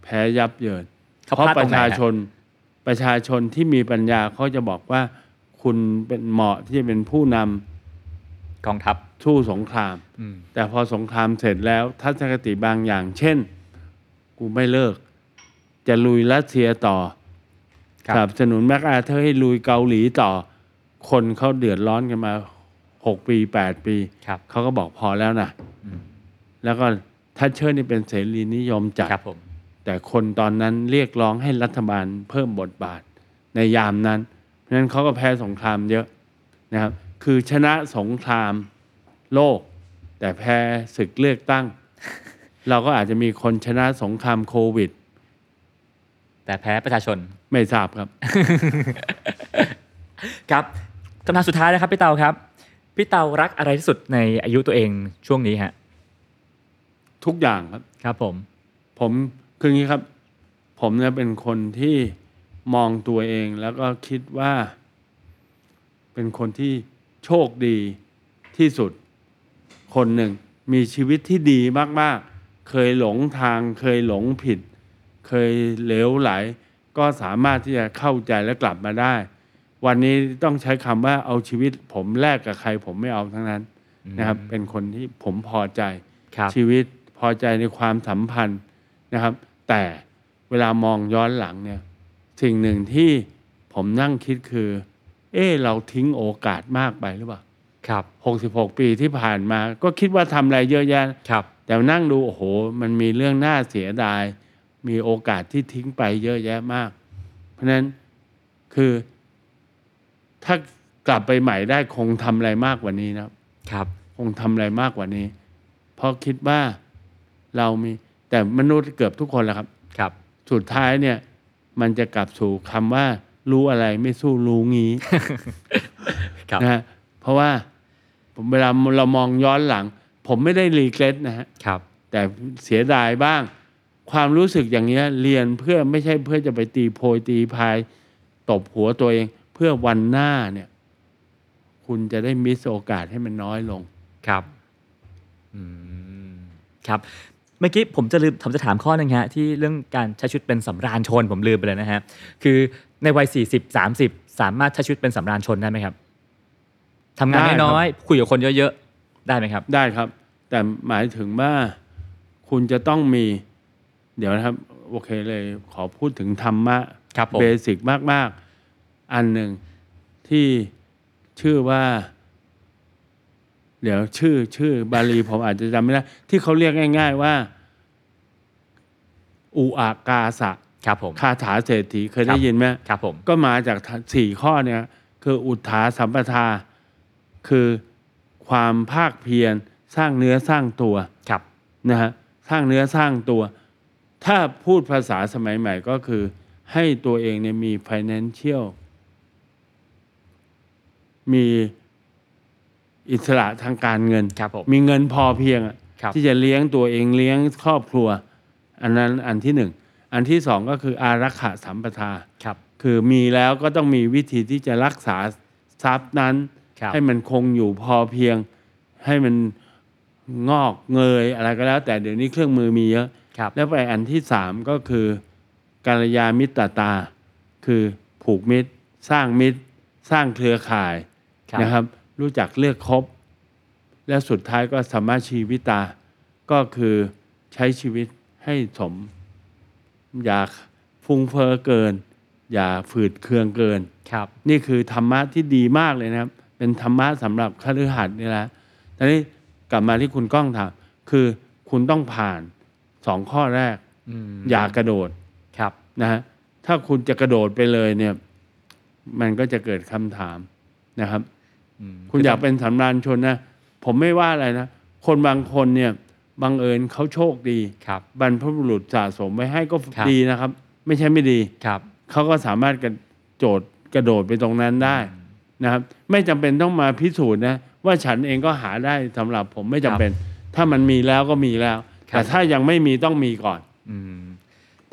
Speaker 1: แพ้ยับเยิน
Speaker 3: เขา
Speaker 1: เพราะ
Speaker 3: พลาด
Speaker 1: ป
Speaker 3: ตร
Speaker 1: ระ
Speaker 3: งไหน
Speaker 1: ชา
Speaker 3: ฮะ
Speaker 1: ชนประชาชนที่มีปัญญาเขาจะบอกว่า คุณเป็นเหมาะที่จะเป็นผู้น
Speaker 3: กองทัพ
Speaker 1: ำสู้สงคราม
Speaker 3: อืม
Speaker 1: แต่พอสงครามเสร็จแล้วทัศนคติบางอย่าง เช่น กูไม่เลิก จะลุยรัสเซียต่อ
Speaker 3: ครั
Speaker 1: ส
Speaker 3: บ
Speaker 1: นับสนุนแมคอาเธอร์ให้ลุยเกาหลีต่อ คนเขาเดือดร้อนกันมาหกปีแปดปี
Speaker 3: ครับ
Speaker 1: เขาก็บอกพอแล้วนะ
Speaker 3: อืม
Speaker 1: แล้วก็ทัชเชอร์นี่เป็นเสรีนิยมจัด
Speaker 3: ครับผม
Speaker 1: แต่คนตอนนั้นเรียกร้องให้รัฐบาลเพิ่มบทบาทในยามนั้น เพราะฉะนั้นเขาก็แพ้สงครามเยอะนะครับ คือชนะสงครามโลก แต่แพ้ศึกเลือก ตั้ง เราก็อาจจะมีคนชนะสงครามโควิด
Speaker 3: แต่แพ้ประชาชน
Speaker 1: ไม่ทราบครับ
Speaker 3: ครับคำถามสุดท้ายนะครับพี่เตาครับ พี่เตารักอะไรที่สุดในอายุตัวเองช่วงนี้ฮะ
Speaker 1: ทุกอย่างครับ
Speaker 3: ครับผม
Speaker 1: ผมคืออย่างนี้ครับ ผมเนี่ยเป็นคนที่มองตัวเองแล้วก็คิดว่า เป็นคนที่โชคดีที่สุด คนหนึ่งมีชีวิตที่ดีมาก ๆ เคยหลงทาง เคยหลงผิด เคยเหลวไหล ก็สามารถที่จะเข้าใจและกลับมาได้ วันนี้ต้องใช้คำว่าเอาชีวิต ผมแลกกับใคร ผมไม่เอาทั้งนั้นนะครับ เป็นคนที่ผมพอใจ
Speaker 3: ครับ
Speaker 1: ชีวิตพอใจในความสัมพันธ์นะครับ แต่เวลามองย้อนหลังเนี่ยสิ่งหนึ่งที่ผมนั่งคิดคือ เออเราทิ้งโอกาสมากไปหรือเปล่า
Speaker 3: ครับ
Speaker 1: 66 ปีที่ผ่านมา ก็คิดว่าทำอะไรเยอะแยะ
Speaker 3: ครับ
Speaker 1: แต่นั่งดูโอ้โห มันมีเรื่องน่าเสียดาย มีโอกาสที่ทิ้งไปเยอะแยะมาก เพราะฉะนั้นคือถ้ากลับไปใหม่ได้คงทำอะไรมากกว่านี้นะครับ
Speaker 3: ครับ
Speaker 1: คงทำอะไรมากกว่านี้ เพราะคิดว่าเรามีแต่มนุษย์เกือบทุกคนแหละครับ
Speaker 3: ครับ
Speaker 1: สุดท้ายเนี่ย มันจะกลับสู่คำว่า รู้อะไรไม่สู้รู้งี้
Speaker 3: ครับ
Speaker 1: นะฮะเพราะว่าผมเวลาเรามองย้อนหลัง ผมไม่ได้รีเกรสนะฮะ
Speaker 3: ครับ
Speaker 1: แต่เสียดายบ้าง ความรู้สึกอย่างเนี้ย เรียนเพื่อไม่ใช่เพื่อจะไปตีโพยตีพายตบหัวตัวเอง เพื่อวันหน้าเนี่ย คุณจะได้มิสโอกาสให้มันน้อยลง
Speaker 3: ครับอืมครับเมื่อกี้ผมจะลืมผมจะถามข้อหนึงฮะที่เรื่องการใช้ชุดเป็นสำราญชนผมลืมไปเลยนะฮะคือในวัย 40 30 สามารถใช้ชุดเป็นสำราญชนได้ไหมครับทำงาน
Speaker 1: ได้ครับ
Speaker 3: น้อยๆคุยกับคนเยอะๆได้ไหมครับ
Speaker 1: ได้ครับ แต่หมายถึงว่าคุณจะต้องมี เดี๋ยวนะครับ โอเคเลยขอพูดถึงธรรมะ
Speaker 3: ครับผม
Speaker 1: เบสิกมาก ๆ อันหนึ่งที่ชื่อว่า เดี๋ยวชื่อชื่อบาลีผมอาจจะจำไม่ได้ ที่เขาเรียกง่าย ๆ ว่า อุอากาสะ
Speaker 3: ครับผม
Speaker 1: คาถาเศรษฐีเคยได้ยินไหม
Speaker 3: ครับผม
Speaker 1: ก็มาจากสี่ข้อเนี่ยคืออุทธาสัมปทา คือความภาคเพียรสร้างเนื้อสร้างตัว
Speaker 3: ครับ
Speaker 1: นะฮะสร้างเนื้อสร้างตัว ถ้าพูดภาษาสมัยใหม่ก็คือ ให้ตัวเองเนี่ยมี financial มีอิสระทางการเงิน
Speaker 3: ครับผม
Speaker 1: มีเงินพอเพียงอะ
Speaker 3: ครับ
Speaker 1: ที่จะเลี้ยงตัวเองเลี้ยงครอบครัว อันนั้นอันที่หนึ่ง อันที่สองก็คืออารักขาสัมปทา
Speaker 3: ครับ
Speaker 1: คือมีแล้วก็ต้องมีวิธีที่จะรักษาทรัพย์นั้น
Speaker 3: ครับ
Speaker 1: ให้มันคงอยู่พอเพียง ให้มันงอกเงยอะไรก็แล้ว แต่เดี๋ยวนี้เครื่องมือมีเยอะ
Speaker 3: ครับ
Speaker 1: แล้วไปอันที่สามก็คือ การยามิตรตา คือผูกมิตร สร้างมิตร สร้างเครือข่ายนะครับ รู้จักเลือกคบ และสุดท้ายก็สมมาชีวิตา ก็คือใช้ชีวิตให้สม อย่าฟุ้งเฟอ้อเกิน อย่าฝืดเคืองเกิน
Speaker 3: ครับ
Speaker 1: นี่คือธรรมะที่ดีมากเลยนะครับ เป็นธรรมะสำหรับคฤหัสถ์นี่แหละทีนี้กลับมาที่คุณก้องถาม คือคุณต้องผ่านสองข้อแรก
Speaker 3: ม
Speaker 1: อย่ากระโดด
Speaker 3: ครับ
Speaker 1: นะฮะ ถ้าคุณจะกระโดดไปเลยเนี่ย มันก็จะเกิดคำถามนะครับ
Speaker 3: อืม
Speaker 1: คุณอยากเป็นสำราญชนนะ ผมไม่ว่าอะไรนะ คนบางคนเนี่ย บังเอิญเขาโชคดี
Speaker 3: ครับ
Speaker 1: บรรพบุรุษสะสมไว้ให้ก็
Speaker 3: ครับ
Speaker 1: ดีนะครับ ไม่ใช่ไม่ดี
Speaker 3: ครับ
Speaker 1: เขาก็สามารถกระโจด กระโดดไปตรงนั้นได้นะครับ ไม่จำเป็นต้องมาพิสูจน์นะว่าฉันเองก็หาได้สำหรับผมไม่จำเป็น ถ้ามันมีแล้วก็มีแล้ว
Speaker 3: ครับ
Speaker 1: แต่ถ้ายังไม่มีต้องมีก่อน
Speaker 3: อืม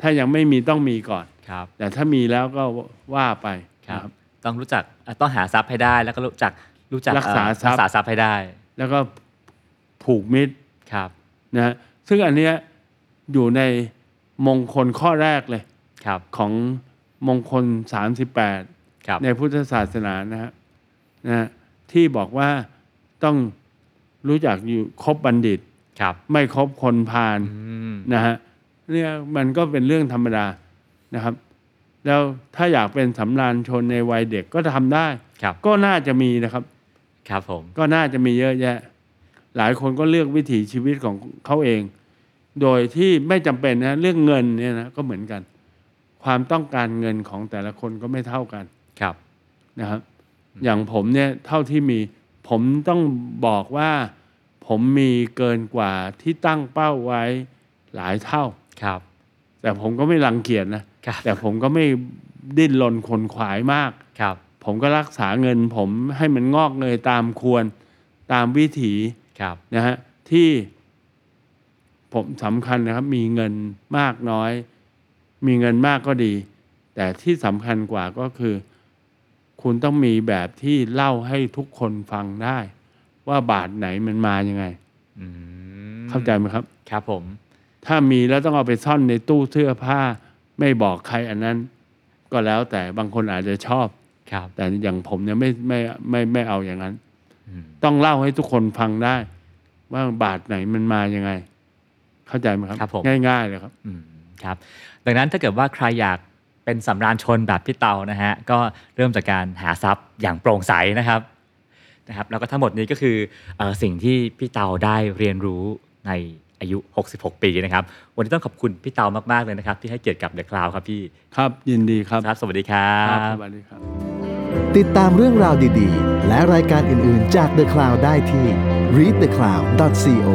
Speaker 1: ถ้ายังไม่มีต้องมีก่อน
Speaker 3: ครับ
Speaker 1: แต่ถ้ามีแล้วก็ว่าไป
Speaker 3: ครับ
Speaker 1: นะครับ
Speaker 3: ต้องรู้จักอ่ะต้องหาทรัพย์ให้ได้ แล้วก็รู้จักรู้จัก
Speaker 1: รักษา
Speaker 3: เอ่อ
Speaker 1: ทรัพย์
Speaker 3: รักษาทรัพย์ให้ได้
Speaker 1: แล้วก็ผูกมิตร
Speaker 3: ครับ
Speaker 1: นะฮะซึ่งอันเนี้ยอยู่ในมงคลข้อแรกเลย
Speaker 3: ครับ
Speaker 1: ของมงคล
Speaker 3: ครับ
Speaker 1: 38 ในพุทธศาสนานะฮะนะฮะที่บอกว่าต้องรู้จักอยู่คบบัณฑิต
Speaker 3: ครับ
Speaker 1: ไม่คบคนพาล
Speaker 3: อืม
Speaker 1: นะฮะเนี่ยมันก็เป็นเรื่องธรรมดานะครับ แล้วถ้าอยากเป็นสำราญชนในวัยเด็กก็ทำได้
Speaker 3: ครับ
Speaker 1: ก็น่าจะมีนะครับ
Speaker 3: ครับผม
Speaker 1: ก็น่าจะมีเยอะแยะ หลายคนก็เลือกวิถีชีวิตของเขาเอง โดยที่ไม่จำเป็นนะ เรื่องเงินเนี่ยนะก็เหมือนกัน ความต้องการเงินของแต่ละคนก็ไม่เท่ากัน
Speaker 3: ครับ
Speaker 1: นะครับ อย่างผมเนี่ยเท่าที่มี ผมต้องบอกว่า ผมมีเกินกว่าที่ตั้งเป้าไว้หลายเท่า
Speaker 3: ครับ
Speaker 1: แต่ผมก็ไม่รังเกียจนะ
Speaker 3: ครับ
Speaker 1: แต่ผมก็ไม่ดิ้นรนขนขวายมาก
Speaker 3: ครับ
Speaker 1: ผมก็รักษาเงิน ผมให้มันงอกเงยตามควรตามวิถี
Speaker 3: ครับ
Speaker 1: นะฮะที่ผมสำคัญนะครับ มีเงินมากน้อย มีเงินมากก็ดี แต่ที่สำคัญกว่าก็คือ คุณต้องมีแบบที่เล่าให้ทุกคนฟังได้ ว่าบาทไหนมันมายังไง
Speaker 3: อืม
Speaker 1: เข้าใจไหมครับ
Speaker 3: ครับผม
Speaker 1: ถ้ามีแล้วต้องเอาไปซ่อนในตู้เสื้อผ้า ไม่บอกใครอันนั้น ก็แล้วแต่บางคนอาจจะชอบ
Speaker 3: ครับ
Speaker 1: แต่อย่างผมเนี่ยไม่ไม่ไม่ไม่เอาอย่างนั้น
Speaker 3: อืม
Speaker 1: ต้องเล่าให้ทุกคนฟังได้ ว่าบาทไหนมันมายังไง เข้าใจไหมครับ
Speaker 3: ครับผม
Speaker 1: ง่ายๆเลยครับ
Speaker 3: อืมครับดังนั้นถ้าเกิดว่าใครอยากเป็นสำราญชนแบบพี่เตานะฮะก็เริ่มจากการหาทรัพย์อย่างโปร่งใสนะครับนะครับแล้วก็ทั้งหมดนี้ก็คือเออสิ่งที่พี่เตาได้เรียนรู้ในอายุ 66 ปีนะครับ วันนี้ต้องขอบคุณพี่เตามาก ๆ เลยนะครับ ที่ให้เกียรติกับเดอะคลาวครับพี่
Speaker 1: ครับ ยินดีครับ
Speaker 3: ครับ สวัสดีครั
Speaker 1: ครับ
Speaker 3: บ
Speaker 1: สวัสดีครับ
Speaker 2: ติดตามเรื่องราวดีๆ และรายการอื่นๆจาก The Cloud ได้ที่ readthecloud.co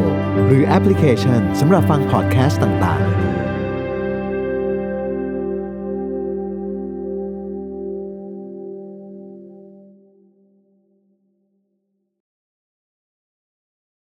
Speaker 2: หรือแอปพลิเคชันสำหรับฟังพอดแคสต์ต่างๆ